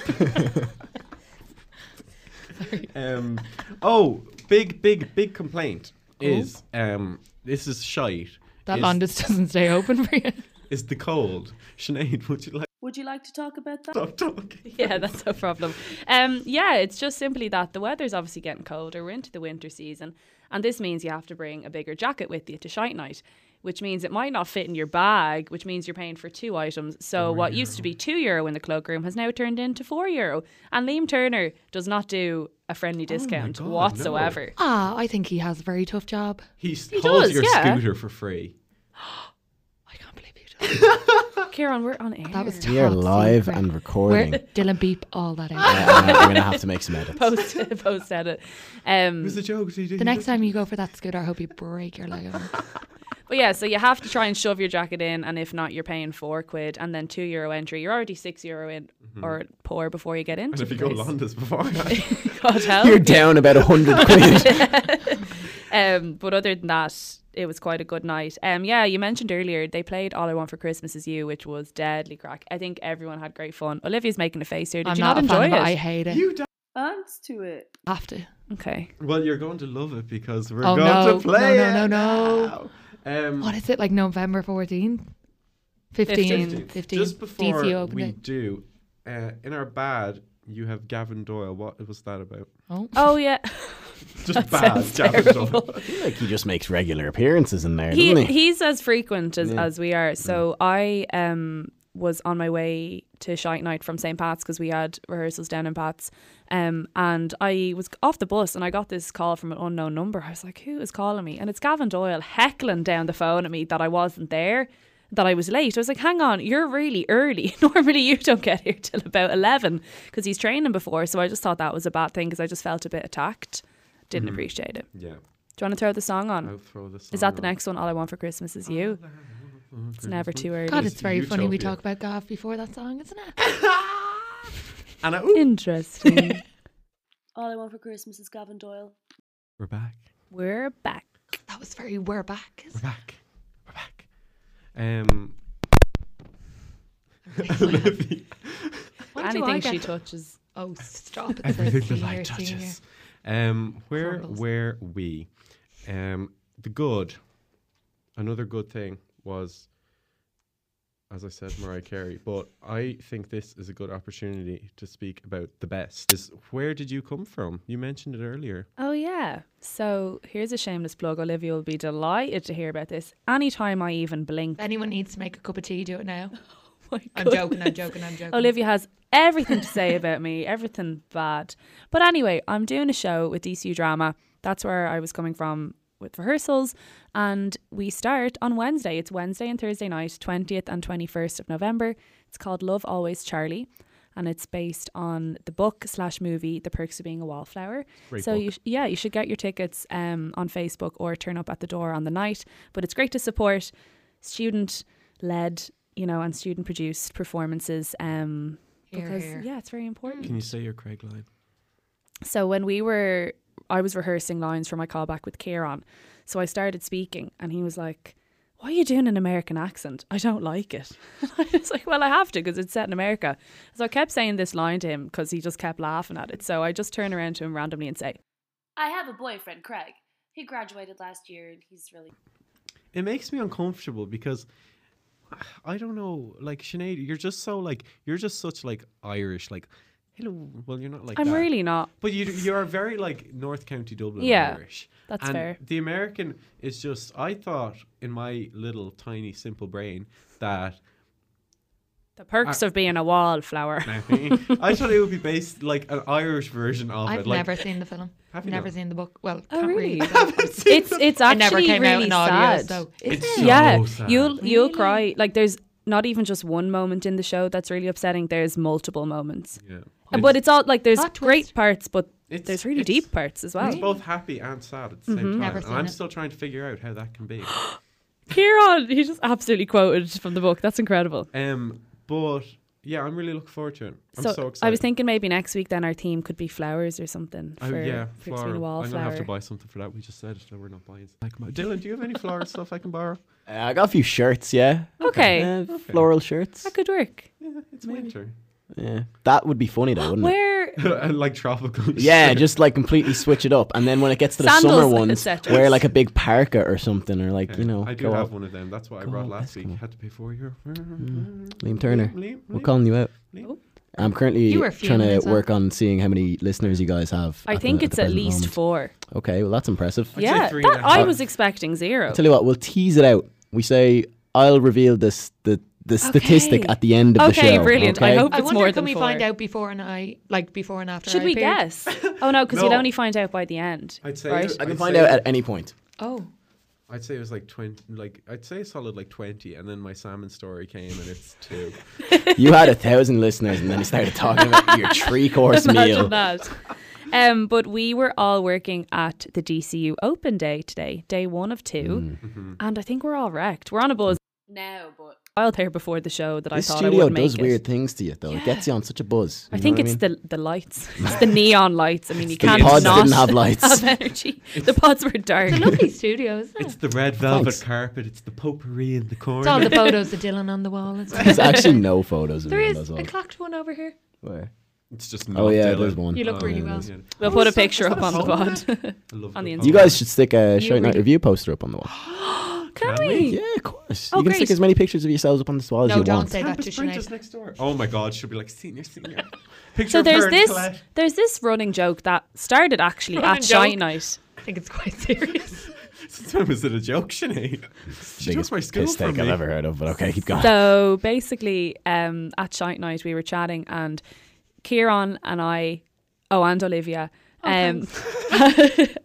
Speaker 3: um, oh, big, big, big complaint is um, this is shite.
Speaker 6: that
Speaker 3: is,
Speaker 6: Londis doesn't stay open for you.
Speaker 3: is the cold. Sinead, would you like
Speaker 1: Would you like to talk about that?
Speaker 3: to stop talking?
Speaker 4: Yeah, that's no problem. Um, yeah, it's just simply that the weather's obviously getting colder. We're into the winter season, and this means you have to bring a bigger jacket with you to shite night, which means it might not fit in your bag, which means you're paying for two items.
Speaker 3: Oh,
Speaker 4: So what used to be two euro in the cloakroom has now turned into four euro. And Liam Turner does not do a friendly discount
Speaker 3: Oh God, no.
Speaker 4: whatsoever.
Speaker 6: Ah, I think he has a very tough job.
Speaker 3: He, he
Speaker 4: does,
Speaker 3: your
Speaker 4: yeah.
Speaker 3: scooter for free.
Speaker 6: I can't believe you did that.
Speaker 4: Kieran, we're on air.
Speaker 6: That was top
Speaker 5: We are live
Speaker 6: secret.
Speaker 5: and
Speaker 6: Where
Speaker 5: recording.
Speaker 6: Dylan beep all that out.
Speaker 5: Uh, I'm going to have to make some edits.
Speaker 4: post post edit.
Speaker 3: It
Speaker 4: Um,
Speaker 3: was a joke. Did you-
Speaker 6: The next time you go for that scooter, I hope you break your leg.
Speaker 4: But yeah, so you have to try and shove your jacket in, and if not, you're paying four quid and then two euro entry. You're already six euro in or poor before you get
Speaker 3: And
Speaker 4: into
Speaker 3: if you
Speaker 4: the
Speaker 3: go
Speaker 4: place.
Speaker 3: Londis before,
Speaker 4: God help.
Speaker 5: You're down about a 100 quid.
Speaker 4: um, but other than that, it was quite a good night. Um, yeah, you mentioned earlier they played "All I Want for Christmas Is You," which was deadly crack. I think everyone had great fun. Olivia's making a face here. Did
Speaker 6: I'm
Speaker 4: you
Speaker 6: not,
Speaker 4: not,
Speaker 6: a
Speaker 4: enjoy
Speaker 6: fan of
Speaker 4: it?
Speaker 6: I hate it.
Speaker 3: you. Don't.
Speaker 1: Ants to it.
Speaker 6: I have to.
Speaker 4: okay,
Speaker 3: Well, you're going to love it because we're
Speaker 6: Oh,
Speaker 3: going
Speaker 6: no.
Speaker 3: to play
Speaker 6: No, no,
Speaker 3: it
Speaker 6: no,
Speaker 3: now. Um,
Speaker 6: What is it like November 14th? 15.
Speaker 4: 15.
Speaker 6: 15.
Speaker 3: Just before
Speaker 6: DC opened
Speaker 3: we
Speaker 6: it.
Speaker 3: do, uh, in our bad, you have Gavin Doyle. What was that about?
Speaker 6: Oh.
Speaker 4: Oh yeah,
Speaker 3: Just bad,
Speaker 4: sounds
Speaker 3: Gavin
Speaker 4: terrible.
Speaker 3: Doyle.
Speaker 5: like he just makes regular appearances in there,
Speaker 4: he,
Speaker 5: doesn't he?
Speaker 4: he's as frequent as, as we are. So I um was on my way to Shite Night from St. Pat's because we had rehearsals down in Pat's. Um, and I was off the bus and I got this call from an unknown number. I was like, who is calling me? And it's Gavin Doyle heckling down the phone at me that I wasn't there, that I was late. I was like, hang on, you're really early. Normally you don't get here till about 11 because he's training before. So I just thought that was a bad thing because I just felt a bit attacked. Didn't appreciate it.
Speaker 3: Yeah,
Speaker 4: Do you want to throw the song on?
Speaker 3: I'll throw this.
Speaker 4: Is that the next one? All I want for Christmas is you. It's never too early.
Speaker 6: God,
Speaker 3: it's
Speaker 6: it's very funny we
Speaker 3: Utopia.
Speaker 6: talk about Gav before that song, isn't it?
Speaker 3: And I, ooh.
Speaker 4: Interesting.
Speaker 1: All I want for Christmas is Gavin Doyle.
Speaker 3: We're back.
Speaker 4: We're back.
Speaker 6: That was very We're Back.
Speaker 3: We're back. We're back. Um. Olivia.
Speaker 6: Why do I
Speaker 4: Anything
Speaker 6: get
Speaker 4: she
Speaker 6: the-
Speaker 4: touches.
Speaker 6: Oh, stop it.
Speaker 3: Everything
Speaker 6: Senior,
Speaker 3: the light
Speaker 6: senior.
Speaker 3: touches. Um, where
Speaker 6: Crumbles.
Speaker 3: were we? Um, the good. Another good thing was, as I said, Mariah Carey. But I think this is a good opportunity to speak about the best. Is where did you come from? You mentioned it earlier.
Speaker 4: Oh yeah. So here's a shameless plug. Olivia will be delighted to hear about this. Anytime I even blink. Oh
Speaker 6: If anyone needs to make a cup of tea, do it now.
Speaker 4: My
Speaker 6: I'm joking, I'm
Speaker 4: goodness.
Speaker 6: joking, I'm joking.
Speaker 4: Olivia has everything to say about me, everything bad. But anyway, I'm doing a show with DCU Drama. That's where I was coming from with rehearsals. And we start on Wednesday. It's Wednesday and Thursday night, 20th and 21st of November. It's called Love Always Charlie. And it's based on the book slash movie The Perks of Being a Wallflower.
Speaker 3: Great
Speaker 4: so
Speaker 3: book.
Speaker 4: you sh- yeah, you should get your tickets um, on Facebook or turn up at the door on the night. But it's great to support student led, you know, and student produced performances. Um,
Speaker 6: Hear,
Speaker 4: because
Speaker 6: hear.
Speaker 4: yeah, it's very important.
Speaker 3: Can you say your Craig line?
Speaker 4: So when we were, I was rehearsing lines for my callback with Kieran. So I started speaking, and he was like, why are you doing an American accent? I don't like it. I was like, well, I have to because it's set in America. So I kept saying this line to him because he just kept laughing at it. So I just turn around to him randomly and say,
Speaker 1: I have a boyfriend, Craig. He graduated last year and he's really.
Speaker 3: It makes me uncomfortable because I don't know, like Sinead, you're just so like you're just such like Irish, like hello. Well, you're not like
Speaker 4: I'm
Speaker 3: that.
Speaker 4: really not.
Speaker 3: But you you are very like North County Dublin
Speaker 4: Yeah,
Speaker 3: Irish.
Speaker 4: that's
Speaker 3: and
Speaker 4: fair.
Speaker 3: The American is just I thought in my little tiny simple brain that
Speaker 4: The perks of being a wallflower.
Speaker 3: I thought it would be based like an Irish version of
Speaker 6: I've
Speaker 3: it. Like
Speaker 6: never seen the film.
Speaker 3: Have you
Speaker 6: never
Speaker 3: not?
Speaker 6: seen the book. Well,
Speaker 4: Oh,
Speaker 6: can't
Speaker 4: really?
Speaker 6: really. Read it.
Speaker 4: it's it's
Speaker 6: it
Speaker 4: actually
Speaker 6: never came
Speaker 4: really
Speaker 6: out
Speaker 4: sad.
Speaker 6: in audio, so
Speaker 3: it's
Speaker 6: Is
Speaker 3: so
Speaker 6: it?
Speaker 4: yeah,
Speaker 3: sad.
Speaker 4: you'll you'll cry. Like there's not even just one moment in the show that's really upsetting. There's multiple moments,
Speaker 3: yeah.
Speaker 4: And but it's all like there's
Speaker 6: Plot
Speaker 4: great
Speaker 6: twist.
Speaker 4: parts, but
Speaker 3: It's-
Speaker 4: there's really
Speaker 3: it's-
Speaker 4: deep parts as well.
Speaker 3: It's both happy and sad at the same
Speaker 4: Mm-hmm,
Speaker 3: time.
Speaker 6: Never
Speaker 3: and
Speaker 6: seen
Speaker 3: I'm
Speaker 6: it.
Speaker 3: still trying to figure out how that can be.
Speaker 4: Kieran, he just absolutely quoted from the book. That's incredible.
Speaker 3: Um, but yeah, I'm really looking forward to it. I'm so,
Speaker 4: so
Speaker 3: excited.
Speaker 4: I was thinking maybe next week then our theme could be flowers or something.
Speaker 3: Oh
Speaker 4: for,
Speaker 3: yeah,
Speaker 4: for it's been a
Speaker 3: floral. I'm gonna have to
Speaker 4: wallflower.
Speaker 3: buy something for that. We just said it, and we're not buying. something. I can buy- Dylan, do you have any floral stuff I can borrow?
Speaker 5: Uh, I got a few shirts, yeah.
Speaker 4: Okay,
Speaker 5: Uh, Floral shirts.
Speaker 4: that could work.
Speaker 3: Yeah, it's winter.
Speaker 5: Yeah. That would be funny though, wouldn't it?
Speaker 4: Where
Speaker 3: And, like tropical.
Speaker 5: Yeah, just like completely switch it up, and then when it gets to the
Speaker 4: Sandals,
Speaker 5: summer ones,
Speaker 4: etc.
Speaker 5: wear like a big parka or something, or like
Speaker 3: shit.
Speaker 5: you know,
Speaker 3: I do
Speaker 5: go
Speaker 3: have
Speaker 5: off.
Speaker 3: one of them. That's what I
Speaker 5: go
Speaker 3: brought
Speaker 5: off
Speaker 3: last week.
Speaker 5: Eskimo.
Speaker 3: Had to pay for your.
Speaker 5: Mm. Liam Turner,
Speaker 3: Liam,
Speaker 5: we're
Speaker 3: Liam.
Speaker 5: calling you out.
Speaker 3: Liam.
Speaker 4: Oh.
Speaker 5: I'm currently
Speaker 6: You were
Speaker 5: trying
Speaker 6: fuming
Speaker 5: to
Speaker 6: as well.
Speaker 5: work on seeing how many listeners you guys have.
Speaker 4: I
Speaker 5: the-
Speaker 4: think it's
Speaker 5: Uh, the
Speaker 4: at
Speaker 5: present
Speaker 4: least
Speaker 5: moment.
Speaker 4: four.
Speaker 5: Okay, well that's impressive.
Speaker 3: I'd say
Speaker 4: yeah,
Speaker 3: three
Speaker 4: that,
Speaker 3: and a
Speaker 4: I
Speaker 3: half.
Speaker 4: was expecting zero.
Speaker 5: I tell you what, we'll tease it out. We say I'll reveal this the the statistic
Speaker 4: Okay.
Speaker 5: at the end of the show.
Speaker 4: Okay, brilliant. I
Speaker 5: okay?
Speaker 4: hope-
Speaker 6: I
Speaker 4: It's
Speaker 6: wonder
Speaker 4: more
Speaker 6: can
Speaker 4: than
Speaker 6: we
Speaker 4: four.
Speaker 6: find out before and I like before and after.
Speaker 4: Should
Speaker 6: I
Speaker 4: we
Speaker 6: appeared?
Speaker 4: guess? Oh no, because
Speaker 3: No.
Speaker 4: you'll only find out by the end.
Speaker 3: I'd say.
Speaker 4: Right?
Speaker 3: it-
Speaker 5: I can
Speaker 3: I'd
Speaker 5: find
Speaker 3: say
Speaker 5: out
Speaker 3: it-
Speaker 5: at any point.
Speaker 6: Oh,
Speaker 3: I'd say it was like twenty. Like I'd say a solid like twenty, and then my salmon story came, and it's two.
Speaker 5: You had a thousand listeners, and then you started talking about your three course meal.
Speaker 4: Imagine that. Um, but we were all working at the DCU Open Day today, day one of two,
Speaker 5: Mm.
Speaker 6: Mm-hmm.
Speaker 4: and I think we're all wrecked. We're on a buzz
Speaker 1: No, but
Speaker 4: out there before the show that
Speaker 5: This
Speaker 4: I thought I
Speaker 5: studio
Speaker 4: would make
Speaker 5: does
Speaker 4: it.
Speaker 5: weird things to you, though. It gets you on such a buzz.
Speaker 4: I
Speaker 5: you know
Speaker 4: think
Speaker 5: what
Speaker 4: it's
Speaker 5: mean?
Speaker 4: the the lights, it's the neon lights. I mean, you
Speaker 5: the
Speaker 4: can't
Speaker 5: pods
Speaker 4: not
Speaker 5: didn't have lights.
Speaker 4: have energy. The pods were dark.
Speaker 6: it's a lovely studio, isn't it?
Speaker 3: It's the red velvet
Speaker 5: Thanks.
Speaker 3: carpet. It's the potpourri in the corner.
Speaker 6: It's all the photos of Dylan on the wall. As well.
Speaker 5: There's actually no photos of
Speaker 6: There
Speaker 5: me
Speaker 6: is
Speaker 5: as
Speaker 6: a
Speaker 5: well.
Speaker 6: clocked one over here.
Speaker 5: Where?
Speaker 3: It's just not
Speaker 5: Oh yeah,
Speaker 3: Dylan.
Speaker 5: there's one.
Speaker 6: You look
Speaker 5: Oh,
Speaker 6: really
Speaker 5: yeah,
Speaker 6: well.
Speaker 5: there's-
Speaker 3: Yeah.
Speaker 4: We'll put a
Speaker 3: is that-
Speaker 4: picture
Speaker 3: is
Speaker 4: up
Speaker 3: that
Speaker 4: on the
Speaker 3: a phone
Speaker 4: pod.
Speaker 3: I love
Speaker 4: On
Speaker 3: the
Speaker 4: the
Speaker 3: phone.
Speaker 4: Instagram.
Speaker 5: You guys should stick a
Speaker 6: You
Speaker 5: Shite Night
Speaker 6: really-
Speaker 5: Review poster up on the wall.
Speaker 4: Can
Speaker 3: we?
Speaker 4: we?
Speaker 5: Yeah, of course.
Speaker 4: Oh,
Speaker 5: you can
Speaker 4: great.
Speaker 5: stick as many pictures of yourselves up on the wall as
Speaker 6: No,
Speaker 5: you
Speaker 6: don't
Speaker 5: want.
Speaker 6: say that to
Speaker 3: Campus Bridge is
Speaker 6: Sinead.
Speaker 3: next door. Oh my God, she'll be like senior, senior. Picture
Speaker 4: So
Speaker 3: of her
Speaker 4: there's
Speaker 3: and
Speaker 4: this
Speaker 3: Colette.
Speaker 4: there's this running joke that started actually
Speaker 6: Running
Speaker 4: at Shine
Speaker 6: joke.
Speaker 4: Night.
Speaker 6: I think it's quite serious.
Speaker 3: Was it a joke, Sinead? She took
Speaker 5: Biggest
Speaker 3: my school
Speaker 5: piss
Speaker 3: from
Speaker 5: take
Speaker 3: me.
Speaker 5: I've ever heard of. But okay, keep going.
Speaker 4: So basically, um, at Shite Night, we were chatting, and Kieran and I, oh, and Olivia, um,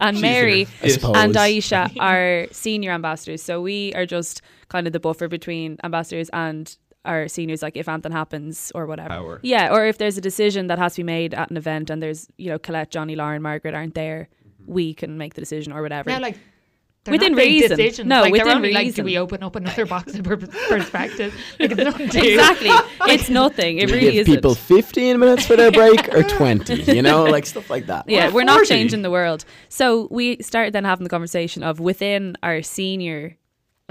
Speaker 4: and Mary,
Speaker 5: I suppose.
Speaker 4: and Aisha are senior ambassadors. So we are just kind of the buffer between ambassadors and our seniors, like if anything happens or whatever.
Speaker 3: Power.
Speaker 4: Yeah, or if there's a decision that has to be made at an event and there's, you know, Colette, Johnny, Lauren, Margaret aren't there,
Speaker 5: Mm-hmm.
Speaker 4: we can make the decision or whatever.
Speaker 6: now, like. they're
Speaker 4: Within
Speaker 6: not big
Speaker 4: reason.
Speaker 6: Decisions.
Speaker 4: No,
Speaker 6: like,
Speaker 4: within
Speaker 6: they're only Like, do
Speaker 4: reason.
Speaker 6: we open up another box of per- perspective? Like, it's nothing to do.
Speaker 4: exactly. it's nothing. It
Speaker 5: We
Speaker 4: really
Speaker 5: give
Speaker 4: isn't.
Speaker 5: people 15 minutes for their break or 20, you know, like stuff like that.
Speaker 4: Yeah, we're not
Speaker 3: 40.
Speaker 4: changing the world. So we started then having the conversation of within our senior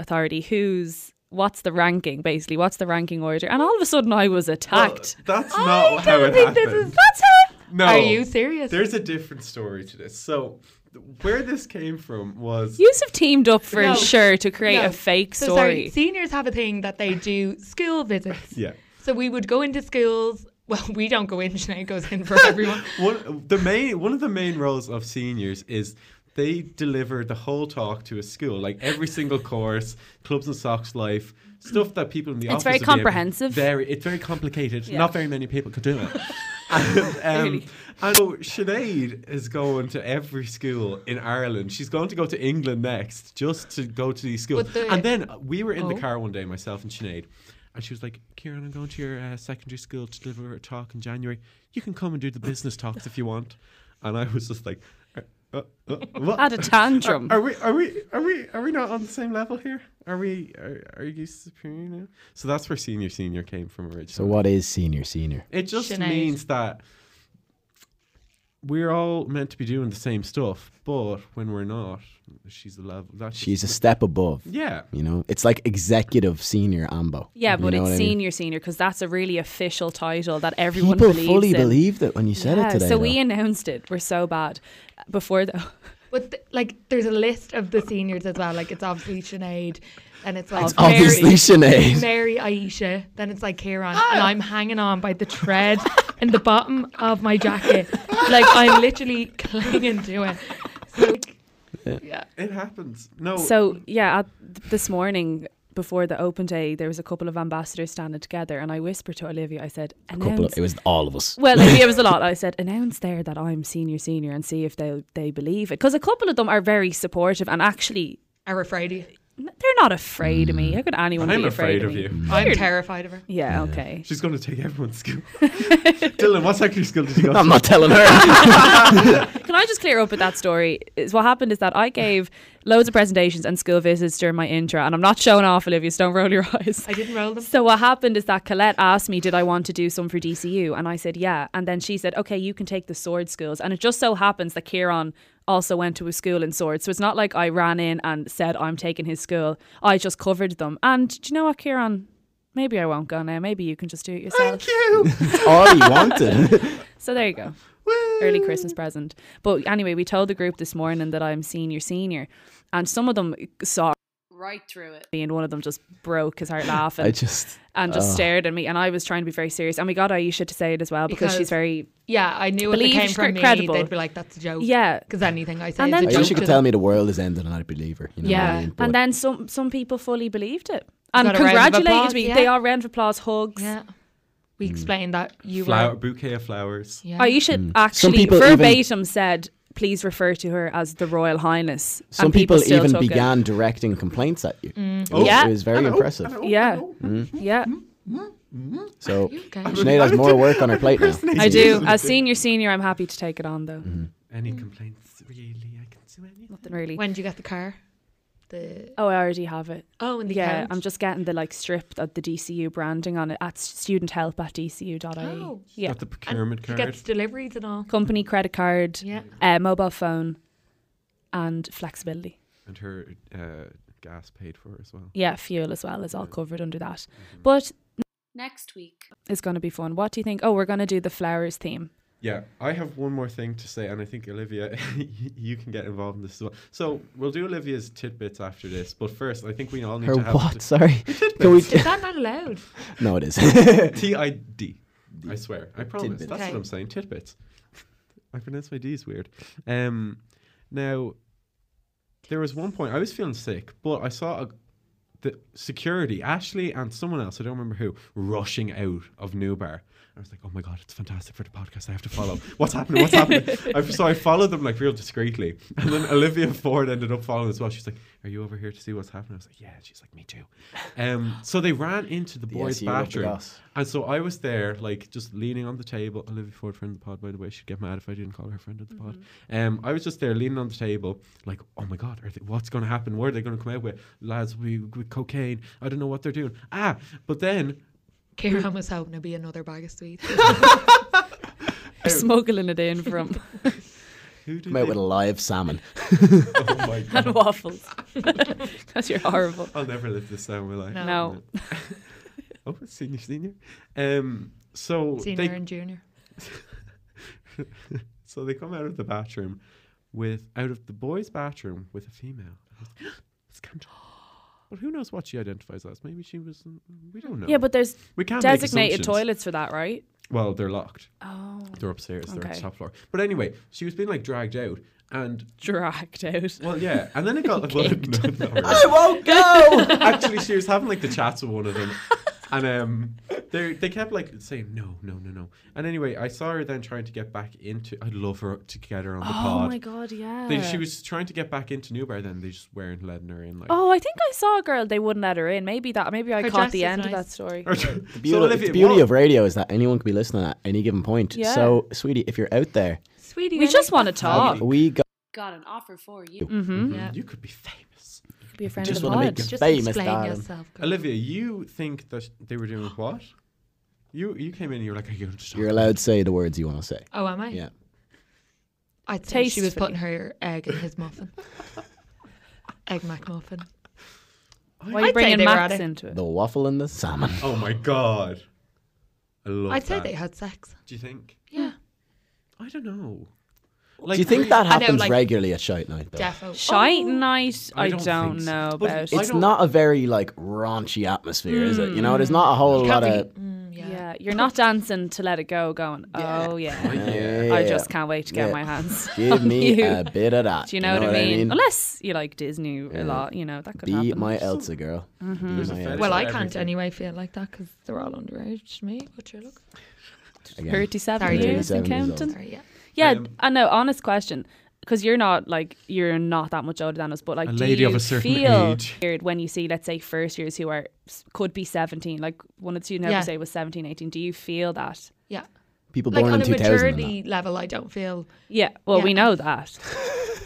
Speaker 4: authority, who's what's the ranking basically? What's the ranking order? And all of a sudden, I was
Speaker 3: Well,
Speaker 4: attacked.
Speaker 3: that's not how it
Speaker 6: think this
Speaker 3: happened.
Speaker 6: is-
Speaker 4: That's how.
Speaker 3: no,
Speaker 6: Are you serious?
Speaker 3: There's a different story to this. So, th- where this came from was
Speaker 4: Yusuf teamed up for
Speaker 6: No.
Speaker 4: sure to create
Speaker 6: No.
Speaker 4: a fake
Speaker 6: so
Speaker 4: story.
Speaker 6: sorry, seniors have a thing that they do school visits.
Speaker 3: yeah.
Speaker 6: So we would go into schools. Well, we don't go in. Sinead goes in for everyone.
Speaker 3: One the main one of the main roles of seniors is they deliver the whole talk to a school, like every single course, clubs and socks life, stuff that people in the
Speaker 4: It's
Speaker 3: office.
Speaker 4: very
Speaker 3: would be able-
Speaker 4: comprehensive.
Speaker 3: very, it's very complicated. Not very many people could do it. and, um, and so Sinead is going to every school in Ireland. She's going to go to England next, just to go to these schools.
Speaker 6: But the-
Speaker 3: and then we were in the
Speaker 6: Oh.
Speaker 3: car one day, myself and Sinead, and she was like, "Kieran, I'm going to your uh, secondary school to deliver a talk in January. You can come and do the business talks if you want." And I was just like, uh, uh, uh, what?
Speaker 4: Had a tantrum.
Speaker 3: Are we? Are we? Are we? Are we not on the same level here? Are we? Are, are you superior now? So that's where senior senior came from originally.
Speaker 5: So, what is senior, senior?
Speaker 3: It just
Speaker 6: Sinead.
Speaker 3: means that we're all meant to be doing the same stuff, but when we're not, she's the level. That's just-
Speaker 5: She's a step above.
Speaker 3: yeah.
Speaker 5: You know, it's like executive senior ambo.
Speaker 4: Yeah,
Speaker 5: You
Speaker 4: but
Speaker 5: know
Speaker 4: it's
Speaker 5: what I mean?
Speaker 4: senior, senior, because that's a really official title that everyone
Speaker 5: People
Speaker 4: believes
Speaker 5: fully
Speaker 4: in.
Speaker 5: believed it when you said
Speaker 4: Yeah,
Speaker 5: it today.
Speaker 4: so
Speaker 5: though.
Speaker 4: we announced it. We're so bad. Before though,
Speaker 6: But th- like, there's a list of the seniors as well. Like, it's obviously Sinead, and it's like
Speaker 4: It's
Speaker 6: Mary-
Speaker 5: obviously Sinead.
Speaker 6: Mary Aisha, then it's like Kieran, and I'm hanging on by the thread in the bottom of my jacket. Like, I'm literally clinging to it. So, like, yeah.
Speaker 3: It happens. No.
Speaker 4: so yeah, at th- this morning before the open day, there was a couple of ambassadors standing together, and I whispered to Olivia, I said,
Speaker 5: Couple
Speaker 4: "Announce."
Speaker 5: of, it was all of us.
Speaker 4: well, Olivia was a lot. I said, "Announce there that I'm senior, senior, and see if they they believe it." Because a couple of them are very supportive and actually.
Speaker 6: I'm afraid of you.
Speaker 4: n- They're not afraid of me.
Speaker 5: Mm.
Speaker 4: How could anyone
Speaker 3: I'm
Speaker 4: be
Speaker 3: afraid
Speaker 4: afraid,
Speaker 3: of you.
Speaker 4: me?
Speaker 6: I'm terrified of her.
Speaker 4: Yeah, okay.
Speaker 3: She's going to take everyone's skill. Dylan, what secondary skill did you go
Speaker 5: I'm
Speaker 3: to?
Speaker 5: not telling her.
Speaker 4: Can I just clear up with that story? Is what happened is that I gave loads of presentations and school visits during my intro, and I'm not showing off, Olivia. So don't roll your eyes.
Speaker 6: I didn't roll them.
Speaker 4: So what happened is that Colette asked me, "Did I want to do some for DCU?" And I said, "Yeah." And then she said, "Okay, you can take the sword schools." And it just so happens that Kieran also went to a school in sword, so it's not like I ran in and said I'm taking his school. I just covered them. And do you know what, Kieran? Maybe I won't go now. Maybe you can just do it yourself.
Speaker 3: Thank you.
Speaker 5: all he wanted.
Speaker 4: So there you go.
Speaker 3: Woo.
Speaker 4: early Christmas present. But anyway, we told the group this morning that I'm senior, senior, and some of them saw
Speaker 2: Right through it.
Speaker 4: me, and one of them just broke his heart laughing
Speaker 5: I just.
Speaker 4: and just
Speaker 5: oh.
Speaker 4: stared at me. And I was trying to be very serious, and we got Aisha to say it as well because,
Speaker 6: Because-
Speaker 4: she's very
Speaker 6: Yeah, I knew if it
Speaker 4: Believe
Speaker 6: came
Speaker 4: she's
Speaker 6: from me,
Speaker 4: credible.
Speaker 6: they'd be like, that's a joke.
Speaker 4: yeah.
Speaker 6: Because anything I say
Speaker 4: And
Speaker 6: is
Speaker 4: then
Speaker 6: a joke.
Speaker 5: Aisha
Speaker 6: to
Speaker 5: could
Speaker 6: them.
Speaker 5: tell me the world is ending and I'd believe her. You know What I mean? But
Speaker 4: and then some some people fully believed it and
Speaker 6: Got a round of
Speaker 4: congratulated
Speaker 6: applause,
Speaker 4: me.
Speaker 6: yeah.
Speaker 4: They all round of applause, hugs.
Speaker 6: Yeah.
Speaker 5: Mm.
Speaker 6: We explained that you
Speaker 3: Flower,
Speaker 6: were.
Speaker 3: bouquet of flowers.
Speaker 6: Yeah.
Speaker 4: Aisha actually
Speaker 5: Hmm. people even-
Speaker 4: verbatim said, "Please refer to her as the Royal Highness."
Speaker 5: some
Speaker 4: and
Speaker 5: people,
Speaker 4: still
Speaker 5: even
Speaker 4: took it.
Speaker 5: began directing complaints at you. It was,
Speaker 4: Yeah.
Speaker 5: it was very impressive. Mm.
Speaker 4: Yeah, yeah.
Speaker 6: Hmm.
Speaker 5: So
Speaker 6: okay?
Speaker 5: Sinead has more work on her plate now.
Speaker 4: I do. As senior, senior, I'm happy to take it on though.
Speaker 5: Mm-hmm.
Speaker 3: Any
Speaker 4: Mm.
Speaker 3: complaints? Really, I can do anything.
Speaker 4: Nothing really.
Speaker 6: When did you get the car? The
Speaker 4: Oh, I already have it.
Speaker 6: oh, and the
Speaker 4: yeah,
Speaker 6: account?
Speaker 4: I'm just getting the like strip of the DCU branding on it at student help at DCU.ie.
Speaker 6: Oh.
Speaker 4: Yeah.
Speaker 3: Got the procurement
Speaker 6: She
Speaker 3: card.
Speaker 6: gets deliveries and all.
Speaker 4: E. Company credit card,
Speaker 6: Yeah.
Speaker 4: uh, mobile phone, and flexibility.
Speaker 3: and her uh, gas paid for as well.
Speaker 4: Yeah, fuel as well is all covered under that.
Speaker 3: Mm-hmm.
Speaker 4: But
Speaker 2: Next week.
Speaker 4: it's going to be fun. What do you think? Oh, we're going to do the flowers theme.
Speaker 3: Yeah, I have one more thing to say, and I think Olivia, you can get involved in this as well. So we'll do Olivia's tidbits after this, but first, I think we all need
Speaker 5: Her
Speaker 3: to have
Speaker 5: what? Sorry. Can we?
Speaker 6: Is that not allowed?
Speaker 5: No, it is.
Speaker 3: T I D. I swear, I promise.
Speaker 5: Tidbits.
Speaker 3: That's
Speaker 6: Okay.
Speaker 3: what I'm saying. Tidbits. I pronounce my D's weird. Um, now there was one point I was feeling sick, but I saw a, the security, Ashley and someone else, I don't remember who, rushing out of Newbar. I was like, oh my God, it's fantastic for the podcast. I have to follow. What's happening? What's happening? I, so I followed them like real discreetly. And then Olivia Ford ended up following as well. She's like, are you over here to see what's happening? I was like, yeah. She's like, me too. Um, so they ran into the E boys'
Speaker 5: SU of the
Speaker 3: bathroom.
Speaker 5: goss.
Speaker 3: And so I was there, like just leaning on the table. Olivia Ford, friend of the pod, by the way, she'd get mad if I didn't call her friend of the pod.
Speaker 6: Mm-hmm.
Speaker 3: Um, I was just there leaning on the table, like, oh my god, are they, what's going to happen? What are they going to come out with? Lads, we with cocaine. I don't know what they're doing. Ah, but then
Speaker 6: Kieran was hoping it'd be another bag of sweets.
Speaker 3: Oh.
Speaker 4: We're smuggling it in from
Speaker 3: who did
Speaker 5: Come out with a live salmon.
Speaker 3: they- Oh my god,
Speaker 4: and waffles. Because you're horrible.
Speaker 3: I'll never live this down my life.
Speaker 6: No.
Speaker 4: No.
Speaker 3: Oh, senior, senior. Um, so
Speaker 6: Senior
Speaker 3: they
Speaker 6: and junior.
Speaker 3: so they come out of the bathroom with out of the boys' bathroom with a female. Scandal. But who knows what she identifies as? Maybe she was. mm, We don't know.
Speaker 4: Yeah, but there's
Speaker 3: we can't make
Speaker 4: designated
Speaker 3: assumptions.
Speaker 4: toilets for that, right?
Speaker 3: Well, they're locked.
Speaker 4: Oh,
Speaker 3: They're upstairs. They're on
Speaker 4: Okay.
Speaker 3: the top floor. But anyway, she was being like dragged out, and
Speaker 4: dragged out.
Speaker 3: well, yeah, and then it got well, no, not really.
Speaker 5: won't go.
Speaker 3: Actually, she was having like the chats with one of them, and um, they they kept like saying no, no, no, no. And anyway, I saw her then trying to get back into. I'd love her to get her on the
Speaker 4: Oh
Speaker 3: pod.
Speaker 4: my god, yeah.
Speaker 3: They, she was trying to get back into Newbar. Then they just weren't letting her in. Like,
Speaker 4: Oh, I think I saw a girl. They wouldn't let her in. Maybe that. Maybe I
Speaker 6: Her
Speaker 4: caught the
Speaker 6: dress is
Speaker 4: end of
Speaker 6: nice.
Speaker 4: that story.
Speaker 3: the
Speaker 5: Beauty, the beauty of radio is that anyone can be listening at any given point.
Speaker 4: Yeah.
Speaker 5: So, sweetie, if you're out there,
Speaker 6: Sweetie,
Speaker 4: We
Speaker 6: I
Speaker 4: just
Speaker 6: like
Speaker 4: want to talk.
Speaker 5: have we got
Speaker 2: Got an offer for you.
Speaker 4: Mm-hmm.
Speaker 6: Yeah.
Speaker 3: you could be famous.
Speaker 4: Be a friend
Speaker 5: Just
Speaker 4: of the
Speaker 5: wanna
Speaker 4: pod.
Speaker 5: make
Speaker 6: that. Just
Speaker 5: Famous
Speaker 6: explain
Speaker 5: darling.
Speaker 6: yourself. girl.
Speaker 3: Olivia, you think that they were doing what? You you came in. and You were like, "Are you going to talk
Speaker 5: You're
Speaker 3: about
Speaker 5: allowed to say the words you want to say.
Speaker 6: Oh, am I?
Speaker 5: Yeah.
Speaker 6: I'd say she was
Speaker 4: Tastefully.
Speaker 6: putting her egg in his muffin. egg McMuffin.
Speaker 4: Why are you
Speaker 6: I'd say
Speaker 4: bringing
Speaker 6: they were
Speaker 4: Max
Speaker 6: at it.
Speaker 4: into it?
Speaker 5: The waffle and the salmon.
Speaker 3: Oh my god. I love
Speaker 6: I'd say
Speaker 3: that.
Speaker 6: they had sex.
Speaker 3: Do you think?
Speaker 6: Yeah.
Speaker 3: I don't know.
Speaker 5: Do you think that
Speaker 6: I know,
Speaker 5: happens
Speaker 6: like-
Speaker 5: regularly at shite night though?
Speaker 6: Defo.
Speaker 4: Shite night,
Speaker 3: I
Speaker 4: I
Speaker 3: don't
Speaker 4: don't,
Speaker 3: think so.
Speaker 4: know
Speaker 3: But
Speaker 4: about.
Speaker 3: I
Speaker 5: It's
Speaker 3: don't-
Speaker 5: not a very like raunchy atmosphere, is it? You know,
Speaker 4: Mm.
Speaker 5: there's not a whole lot of.
Speaker 6: Mm, yeah.
Speaker 4: yeah, you're not dancing to let it go, going,
Speaker 5: Yeah.
Speaker 4: oh
Speaker 3: Oh,
Speaker 4: yeah.
Speaker 3: yeah.
Speaker 4: I
Speaker 5: Yeah.
Speaker 4: just can't wait to get
Speaker 5: Yeah.
Speaker 4: my hands.
Speaker 5: Give
Speaker 4: on
Speaker 5: me
Speaker 4: you.
Speaker 5: a bit of that.
Speaker 4: Do you know, what, I mean? Unless you like Disney a lot, you know that could
Speaker 5: Be
Speaker 4: happen.
Speaker 5: my Elsa girl.
Speaker 3: There's a fetish
Speaker 6: Well,
Speaker 3: for
Speaker 6: I can't
Speaker 3: everything.
Speaker 6: anyway feel like that because they're all underage to me. But sure, look.
Speaker 5: Again.
Speaker 4: Thirty-seven
Speaker 6: Sorry,
Speaker 4: years and
Speaker 5: 37 years old.
Speaker 4: counting.
Speaker 6: Sorry, yeah.
Speaker 4: Yeah,
Speaker 3: Um,
Speaker 4: I know. Honest question, because you're not like you're not that much older than us, but like
Speaker 3: A
Speaker 4: do
Speaker 3: lady of
Speaker 4: you
Speaker 3: a certain
Speaker 4: feel
Speaker 3: age.
Speaker 4: weird when you see, let's say, first years who are could be seventeen, like one of the students I
Speaker 6: Yeah.
Speaker 4: would say was 17, 18. Do you feel that?
Speaker 6: Yeah.
Speaker 5: People
Speaker 6: Like
Speaker 5: born
Speaker 6: on
Speaker 5: in
Speaker 6: a
Speaker 5: 2000. and
Speaker 6: maturity level, I don't feel.
Speaker 4: Yeah, well, we
Speaker 6: Yeah.
Speaker 4: know that,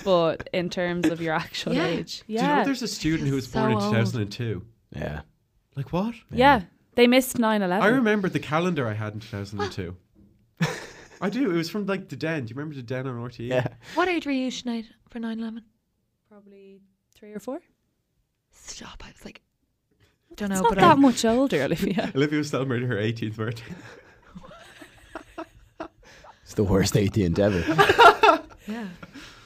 Speaker 4: but in terms of your actual
Speaker 6: Yeah.
Speaker 4: age,
Speaker 3: Do you know
Speaker 4: yeah,
Speaker 3: there's a student who was born in
Speaker 6: so old.
Speaker 3: 2002?
Speaker 5: that. Yeah.
Speaker 3: Like what?
Speaker 4: yeah, they missed 9-11.
Speaker 3: I remember the calendar I had in 2002. I do. It was from like the Den. Do you remember the Den on RTE?
Speaker 5: Yeah.
Speaker 6: What age were you tonight for 9 11?
Speaker 4: probably three or four.
Speaker 6: Stop. I was like, don't know.
Speaker 4: It's not
Speaker 6: but
Speaker 4: that
Speaker 6: I,
Speaker 4: much older, Olivia.
Speaker 3: Olivia was celebrating her 18th birthday.
Speaker 5: It's the worst 18th ever.
Speaker 6: Yeah.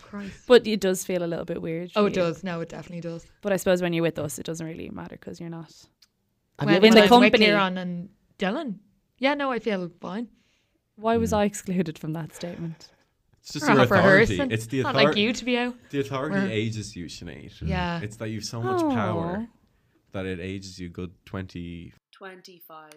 Speaker 6: Christ.
Speaker 4: But it does feel a little bit weird.
Speaker 6: Oh,
Speaker 4: for
Speaker 6: it
Speaker 4: you.
Speaker 6: does. No, it definitely does.
Speaker 4: But I suppose when you're with us, it doesn't really matter because you're not.
Speaker 5: Have
Speaker 6: Well,
Speaker 5: you
Speaker 4: ever
Speaker 6: when
Speaker 4: In the
Speaker 6: I was with
Speaker 4: company.
Speaker 6: Ciarán and Dylan. Yeah, no, I feel fine.
Speaker 4: Why
Speaker 3: Mm.
Speaker 4: was I excluded from that statement?
Speaker 3: It's just
Speaker 6: We're
Speaker 3: your
Speaker 6: not
Speaker 3: authority.
Speaker 6: rehearsing.
Speaker 3: It's the
Speaker 6: Not
Speaker 3: authority.
Speaker 6: like you to be out.
Speaker 3: The authority
Speaker 6: We're-
Speaker 3: ages you, Sinead.
Speaker 6: Yeah.
Speaker 3: It's that you've so much power
Speaker 4: Aw.
Speaker 3: that it ages you good 20.
Speaker 2: 25.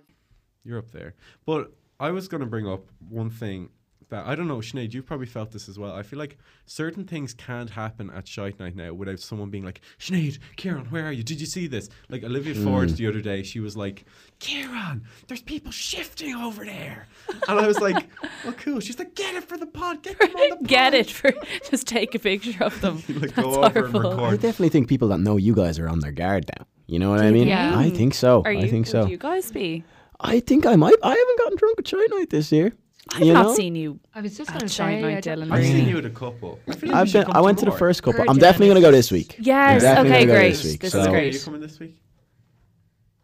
Speaker 3: You're up there. But I was going to bring up one thing that I don't know, Sinead, you've probably felt this as well. I feel like certain things can't happen at Shite Night now without someone being like, Sinead, Kieran, where are you? Did you see this? Like Olivia Ford the other day, she was like, Kieran, there's people shifting over there. And I was like, oh, cool. She's like, get it for the pod. Get them on the pod.
Speaker 4: Get it for just take a picture of them.
Speaker 3: Like,
Speaker 4: That's
Speaker 3: go over
Speaker 4: horrible.
Speaker 3: and
Speaker 5: I
Speaker 3: record.
Speaker 5: definitely think people that know you guys are on their guard now. You know what I mean?
Speaker 6: Yeah.
Speaker 5: I think so.
Speaker 4: Are you?
Speaker 5: I think
Speaker 4: would
Speaker 5: so.
Speaker 4: You guys be?
Speaker 5: I think I might. I haven't gotten drunk at Shite Night this year.
Speaker 4: I've
Speaker 5: you
Speaker 4: not
Speaker 5: know?
Speaker 4: seen you.
Speaker 6: I was just
Speaker 4: At
Speaker 6: going to
Speaker 4: Shine
Speaker 6: say.
Speaker 4: Night
Speaker 6: I don't-
Speaker 4: Dylan.
Speaker 3: I've seen
Speaker 4: Yeah.
Speaker 3: you at a couple. I, feel like
Speaker 5: I've
Speaker 3: you should
Speaker 5: been,
Speaker 3: come
Speaker 5: I went to the
Speaker 3: more.
Speaker 5: first couple.
Speaker 6: Heard
Speaker 5: I'm
Speaker 6: you,
Speaker 5: definitely going to
Speaker 6: Dennis.
Speaker 5: go this week.
Speaker 4: Yes.
Speaker 5: Definitely
Speaker 4: Okay.
Speaker 5: go
Speaker 4: Great.
Speaker 5: this week,
Speaker 4: This
Speaker 5: so-
Speaker 4: is
Speaker 5: Are
Speaker 3: Are
Speaker 4: great.
Speaker 3: you coming this week?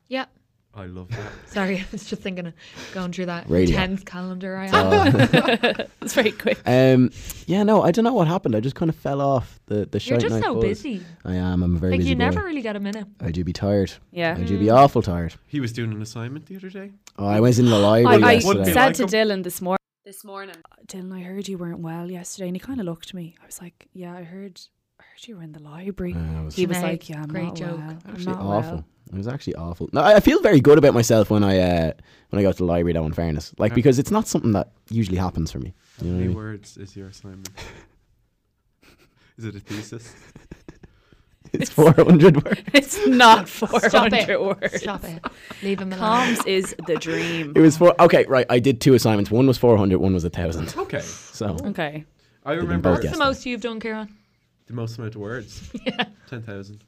Speaker 6: Yeah.
Speaker 3: I love that.
Speaker 6: Sorry, I was just thinking of going through that
Speaker 5: Radio.
Speaker 6: intense calendar I have.
Speaker 5: Uh,
Speaker 4: it's very quick.
Speaker 5: um, yeah, no, I don't know what happened. I just kind of fell off the the
Speaker 6: You're
Speaker 5: Shite
Speaker 6: just
Speaker 5: Night
Speaker 6: so
Speaker 5: buzz.
Speaker 6: busy.
Speaker 5: I am. I'm a very
Speaker 6: Like,
Speaker 5: busy
Speaker 6: you
Speaker 5: boy.
Speaker 6: never really get a minute.
Speaker 5: I do be tired.
Speaker 4: Yeah.
Speaker 5: I do be awful tired.
Speaker 3: He was doing an assignment the other day.
Speaker 5: Oh, I went in the
Speaker 4: I,
Speaker 5: library
Speaker 3: Would be
Speaker 4: I
Speaker 5: yesterday.
Speaker 4: said
Speaker 3: like
Speaker 4: to
Speaker 3: him.
Speaker 4: Dylan this morning,
Speaker 2: This morning.
Speaker 4: Dylan, I heard you weren't well yesterday, and he kind of looked at me. I was like, Yeah, I heard. I heard you were in the library.
Speaker 5: Uh, it was
Speaker 4: he was
Speaker 6: Sinead,
Speaker 4: like, Yeah, I'm
Speaker 6: great
Speaker 4: not
Speaker 6: joke.
Speaker 4: well. I'm
Speaker 5: actually
Speaker 4: not
Speaker 5: awful.
Speaker 4: well."
Speaker 5: It was actually awful. No, I I feel very good about myself when I uh, when I go to the library, though. In fairness, like
Speaker 3: Yeah.
Speaker 5: because it's not something that usually happens for me.
Speaker 3: How
Speaker 5: know what I
Speaker 3: many
Speaker 5: mean?
Speaker 3: words is your assignment? is it a thesis?
Speaker 5: It's 400 words.
Speaker 4: It's not
Speaker 6: Stop
Speaker 4: 400
Speaker 6: it.
Speaker 4: words.
Speaker 6: Stop it. Leave him alone.
Speaker 4: Tom's is the dream.
Speaker 5: It was four. Okay, right. I did two assignments. One was 400. One was a thousand.
Speaker 3: Okay.
Speaker 5: So
Speaker 4: Okay.
Speaker 3: I
Speaker 5: them
Speaker 3: remember
Speaker 5: both
Speaker 6: What's
Speaker 5: Yes.
Speaker 6: the most you've done, Kieran?
Speaker 3: the most amount of words.
Speaker 6: Yeah.
Speaker 3: 10,000.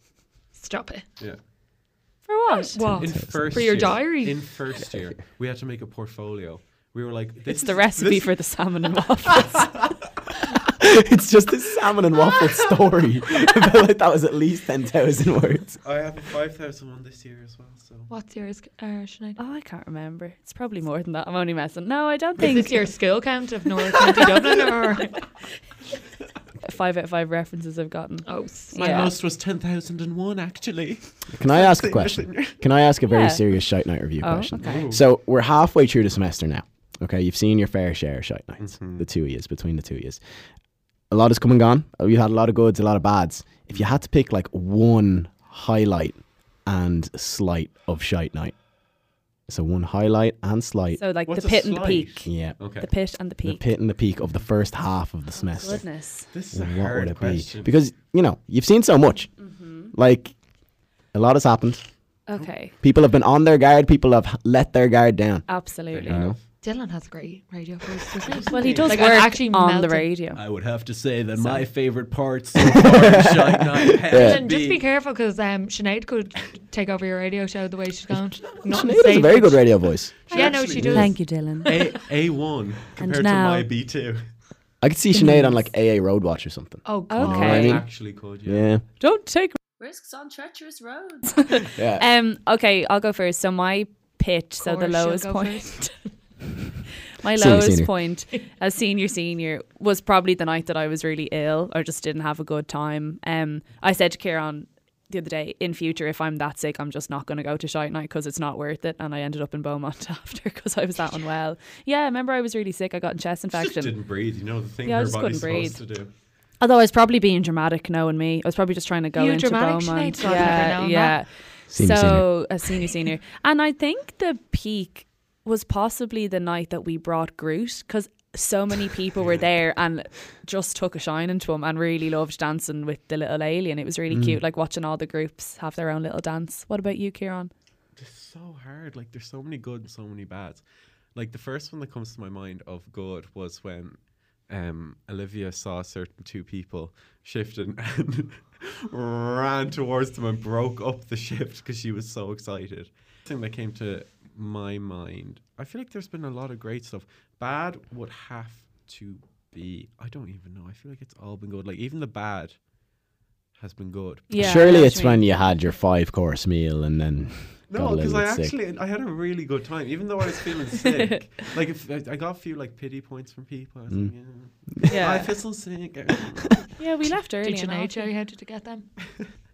Speaker 6: Stop it.
Speaker 3: Yeah.
Speaker 4: For what?
Speaker 6: What?
Speaker 3: In first
Speaker 6: For your
Speaker 3: year,
Speaker 6: diary.
Speaker 3: In first year, we had to make a portfolio. We were like, this
Speaker 4: It's
Speaker 3: is,
Speaker 4: the recipe
Speaker 3: this-
Speaker 4: for the salmon and waffles.
Speaker 5: it's just this salmon and waffle story. I felt like that was at least 10,000 words.
Speaker 3: I have a 5,000 one this year as well. So
Speaker 6: What's yours, uh, Sinead?
Speaker 4: oh, I can't remember. It's probably more than that. I'm only messing. No, I don't
Speaker 6: Is
Speaker 4: think
Speaker 6: this your school count of North County Dublin or?
Speaker 4: five out of five references I've gotten.
Speaker 6: Oh,
Speaker 3: my
Speaker 4: Yeah.
Speaker 3: most was 10,001 actually.
Speaker 5: Can I ask a question? Can I ask a very
Speaker 4: Yeah.
Speaker 5: serious Shite Night review
Speaker 4: Oh,
Speaker 5: question?
Speaker 4: okay.
Speaker 5: So we're halfway through the semester now. Okay, you've seen your fair share of Shite Nights,
Speaker 3: Mm-hmm.
Speaker 5: the two years, between the two years. A lot has come and gone. Oh, You had a lot of goods, a lot of bads. If you had to pick like one highlight and slight of Shite Night, so one highlight and slight.
Speaker 4: So like
Speaker 3: What's
Speaker 4: the
Speaker 3: a
Speaker 4: pit and the
Speaker 3: slice?
Speaker 4: peak.
Speaker 5: yeah.
Speaker 3: Okay.
Speaker 4: The pit and the
Speaker 5: The
Speaker 4: peak.
Speaker 5: pit and the peak of the first half of the semester.
Speaker 4: Goodness.
Speaker 3: This is a
Speaker 5: what would
Speaker 3: hard
Speaker 5: it
Speaker 3: question.
Speaker 5: be? Because you know you've seen so much.
Speaker 4: Mm-hmm.
Speaker 5: Like a lot has happened.
Speaker 3: Oh.
Speaker 4: Okay.
Speaker 5: People have been on their guard. People have h- let their guard down.
Speaker 4: Absolutely.
Speaker 6: Dylan has a great radio voice, doesn't he?
Speaker 4: Well, he does
Speaker 6: Like, I'm
Speaker 4: work
Speaker 6: actually
Speaker 4: on
Speaker 6: melting.
Speaker 4: the radio.
Speaker 3: I would have to say that my favorite parts so far of Shite Night have
Speaker 5: Uh,
Speaker 6: Dylan, just be careful because um, Sinead could take over your radio show the way she's going. Not
Speaker 5: Sinead has a very good radio voice.
Speaker 6: Yeah, no, she
Speaker 3: Actually,
Speaker 6: does.
Speaker 4: Thank you, Dylan.
Speaker 3: A A one compared to
Speaker 4: now-
Speaker 3: my B two.
Speaker 5: I could see Sinead on like AA Road Watch or something.
Speaker 6: Oh, God.
Speaker 4: Okay.
Speaker 5: I mean-
Speaker 3: actually could,
Speaker 5: Yeah.
Speaker 4: Don't take
Speaker 2: Risks on treacherous roads.
Speaker 5: Yeah.
Speaker 4: Um. Okay, I'll go first. So my pitch, so the
Speaker 6: course she'll
Speaker 4: lowest
Speaker 6: go
Speaker 4: point. my
Speaker 5: Senior,
Speaker 4: lowest
Speaker 5: senior.
Speaker 4: point as senior senior was probably the night that I was really ill or just didn't have a good time. Um. I said to Kieran the other day, in future, if I'm that sick, I'm just not going to go to shite night because it's not worth it. And I ended up in Beaumont after because I was that unwell. Yeah, remember I was really sick. I got a chest
Speaker 3: Just
Speaker 4: infection.
Speaker 3: didn't breathe. You know the thing
Speaker 4: Yeah, I
Speaker 3: her
Speaker 4: just
Speaker 3: body's
Speaker 4: couldn't
Speaker 3: supposed to do.
Speaker 4: Although I was probably being dramatic, knowing me, I was probably just trying to go
Speaker 6: You
Speaker 4: into
Speaker 6: dramatic,
Speaker 4: Beaumont.
Speaker 6: Sinead? God, I've never
Speaker 4: yeah,
Speaker 6: known
Speaker 4: yeah.
Speaker 5: Senior,
Speaker 4: so a senior, senior, and I think the peak was possibly the night that we brought Groot because so many people were there and just took a shine into him and really loved dancing with the little alien. It was really
Speaker 3: Mm.
Speaker 4: cute, like watching all the groups have their own little dance. What about you, Kieran?
Speaker 3: It's so hard. Like there's so many good and so many bads. Like the first one that comes to my mind of good was when um, Olivia saw certain two people shifting and ran towards them and broke up the shift because she was so excited. Thing that came to my mind. I feel like there's been a lot of great stuff. Bad would have to be. I don't even know. I feel like it's all been good. Like even the bad has been good.
Speaker 4: Yeah, I know
Speaker 5: Surely
Speaker 4: what
Speaker 5: it's
Speaker 4: you mean.
Speaker 5: when you had your five course meal and then.
Speaker 3: No,
Speaker 5: got a little
Speaker 3: because I
Speaker 5: bit sick.
Speaker 3: actually I had a really good time, even though I was feeling sick. like if I, I got a few like pity points from people. I was
Speaker 5: Mm.
Speaker 3: like, yeah. I
Speaker 4: yeah,
Speaker 3: feel so sick.
Speaker 4: yeah, we left early.
Speaker 6: Did
Speaker 4: and all.
Speaker 6: Sinead show you how to get them?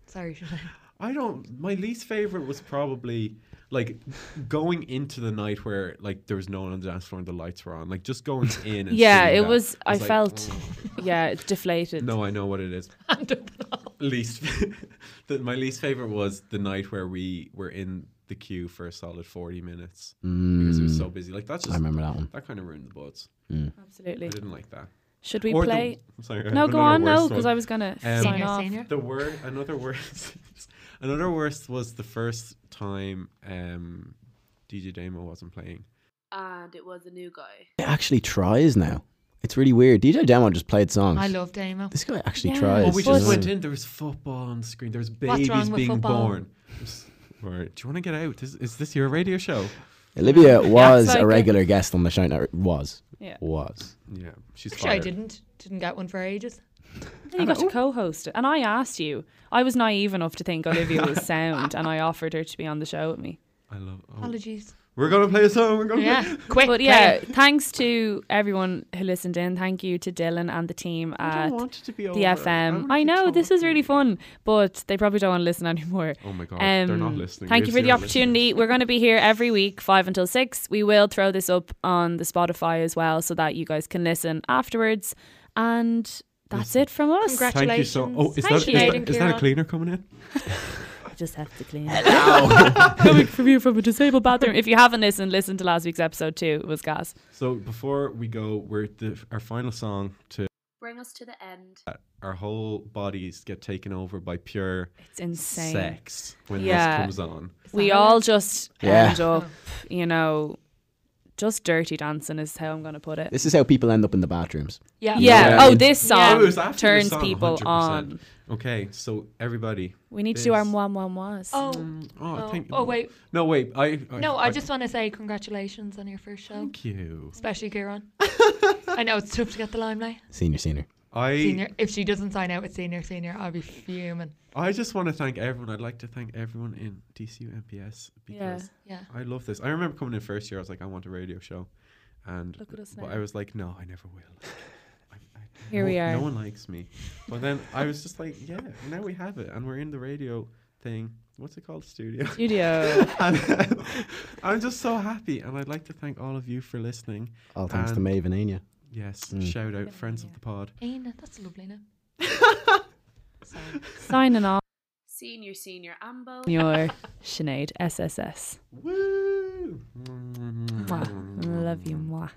Speaker 6: Sorry, Sinead.
Speaker 3: I don't. My least favorite was probably like going into the night where like there was no one on the dance floor and the lights were on. Like just going in. And
Speaker 4: Yeah,
Speaker 3: seeing
Speaker 4: it
Speaker 3: that,
Speaker 4: was. I,
Speaker 3: like,
Speaker 4: felt,
Speaker 3: "Oh,
Speaker 4: yeah, it's deflated.
Speaker 3: no, I know what it is. least that my least favorite was the night where we were in the queue for a solid forty minutes because it was so busy. Like that's
Speaker 5: Mm. I
Speaker 3: just
Speaker 5: remember that one.
Speaker 3: that kind of ruined the boats. I
Speaker 4: absolutely.
Speaker 3: didn't like that.
Speaker 4: Should we
Speaker 3: Or the-
Speaker 4: play?
Speaker 3: I'm sorry, I
Speaker 4: no,
Speaker 3: have another
Speaker 4: go on. No,
Speaker 3: worst
Speaker 4: because
Speaker 3: one.
Speaker 4: I was gonna
Speaker 3: Um,
Speaker 4: sign
Speaker 6: Senior,
Speaker 4: off.
Speaker 6: senior.
Speaker 3: The word, another worst, another worst was the first time um, DJ Damo wasn't playing.
Speaker 2: and it was a new guy.
Speaker 5: It actually tries now. It's really weird. DJ Demo just played songs.
Speaker 6: I love Damo.
Speaker 5: this guy actually
Speaker 4: Yeah.
Speaker 5: tries.
Speaker 4: Well,
Speaker 3: Well, we
Speaker 5: doesn't
Speaker 3: just
Speaker 5: he?
Speaker 3: went in. There was football on the screen. There was
Speaker 6: What's
Speaker 3: babies
Speaker 6: wrong with
Speaker 3: being
Speaker 6: football?
Speaker 3: born. It was- Right. Do you want to get out? Is, is this your radio show?
Speaker 5: Olivia was
Speaker 4: like
Speaker 5: a
Speaker 4: it.
Speaker 5: regular guest on the show. Now. Was.
Speaker 4: Yeah.
Speaker 5: Was.
Speaker 3: Yeah, she's
Speaker 6: Sure, I
Speaker 3: fired.
Speaker 6: didn't. Didn't get one for ages.
Speaker 4: And you got to co-host it. And I asked you. I was naive enough to think Olivia was sound, and I offered her to be on the show with me.
Speaker 3: I love. Oh.
Speaker 6: Apologies.
Speaker 3: We're gonna play a song. We're gonna. Play.
Speaker 6: Yeah, quick.
Speaker 4: But yeah, thanks to everyone who listened in. Thank you to Dylan and the team
Speaker 3: I
Speaker 4: at
Speaker 3: don't want it to be
Speaker 4: the
Speaker 3: over.
Speaker 4: FM.
Speaker 3: wanna
Speaker 4: I
Speaker 3: keep
Speaker 4: know this was
Speaker 3: talking.
Speaker 4: really fun, but they probably don't want to listen anymore.
Speaker 3: Oh my god, they're not
Speaker 4: Um,
Speaker 3: listening.
Speaker 4: Thank
Speaker 3: We have
Speaker 4: you for the
Speaker 3: zero
Speaker 4: opportunity. We're going to be here every week, five until six. We will throw this up on the Spotify as well, so that you guys can listen afterwards. And that's it from us.
Speaker 6: Congrats.
Speaker 3: Thank you so. Oh, is
Speaker 6: Congratulations.
Speaker 3: that, is,
Speaker 6: Thank you.
Speaker 3: that, is that a cleaner coming in?
Speaker 4: I just have to clean it. Coming from you from a disabled bathroom. If you haven't listened, listen to last week's episode too. It was gas.
Speaker 3: So before we go, we're at the, our final song to
Speaker 2: Bring us to the end.
Speaker 3: our whole bodies get taken over by pure
Speaker 4: It's insane.
Speaker 3: sex when
Speaker 4: Yeah. Um,
Speaker 3: this comes on.
Speaker 4: We all just
Speaker 5: Yeah.
Speaker 4: end up, you know, just dirty dancing is how I'm going to put it.
Speaker 5: This is how people end up in the bathrooms.
Speaker 6: Yeah.
Speaker 4: yeah.
Speaker 5: Yeah.
Speaker 4: Oh, this
Speaker 6: Yeah.
Speaker 4: song
Speaker 3: Oh, it was after the
Speaker 4: turns
Speaker 3: song,
Speaker 4: people
Speaker 3: 100%.
Speaker 4: on.
Speaker 3: Okay, so everybody.
Speaker 4: We need to do our
Speaker 3: This-
Speaker 4: moi moi mois.
Speaker 6: Oh.
Speaker 3: Mm, oh,
Speaker 6: Oh,
Speaker 3: thank-
Speaker 6: oh, wait.
Speaker 3: No, wait. I, I
Speaker 6: No, I just want to say congratulations on your first show,
Speaker 3: Thank you.
Speaker 6: especially Kieran. I know it's tough to get the limelight.
Speaker 5: Senior, senior.
Speaker 3: I
Speaker 6: Senior, if she doesn't sign out with senior, senior, I'll be fuming.
Speaker 3: I just want to thank everyone. I'd like to thank everyone in DCU MPS because
Speaker 6: Yeah.
Speaker 3: I love this. I remember coming in first year. I was like, I want a radio show, and
Speaker 4: Look at us
Speaker 3: but
Speaker 4: now.
Speaker 3: I was like, no, I never will. I- I-
Speaker 4: Here
Speaker 3: no-
Speaker 4: we are.
Speaker 3: No one likes me. But then I was just like, yeah, now we have it, and we're in the radio thing. What's it called? Studio.
Speaker 4: Studio.
Speaker 3: And I'm just so happy, and I'd like to thank all of you for listening.
Speaker 5: All thanks
Speaker 3: And-
Speaker 5: to Maeve and Anya.
Speaker 3: Yes, shout out friends of the pod.
Speaker 6: Aina, that's a lovely name. Sorry.
Speaker 4: Signing off.
Speaker 2: Senior, senior, ambo.
Speaker 4: Your Sinead SSS.
Speaker 3: Woo!
Speaker 4: Mwah. Love you, moi.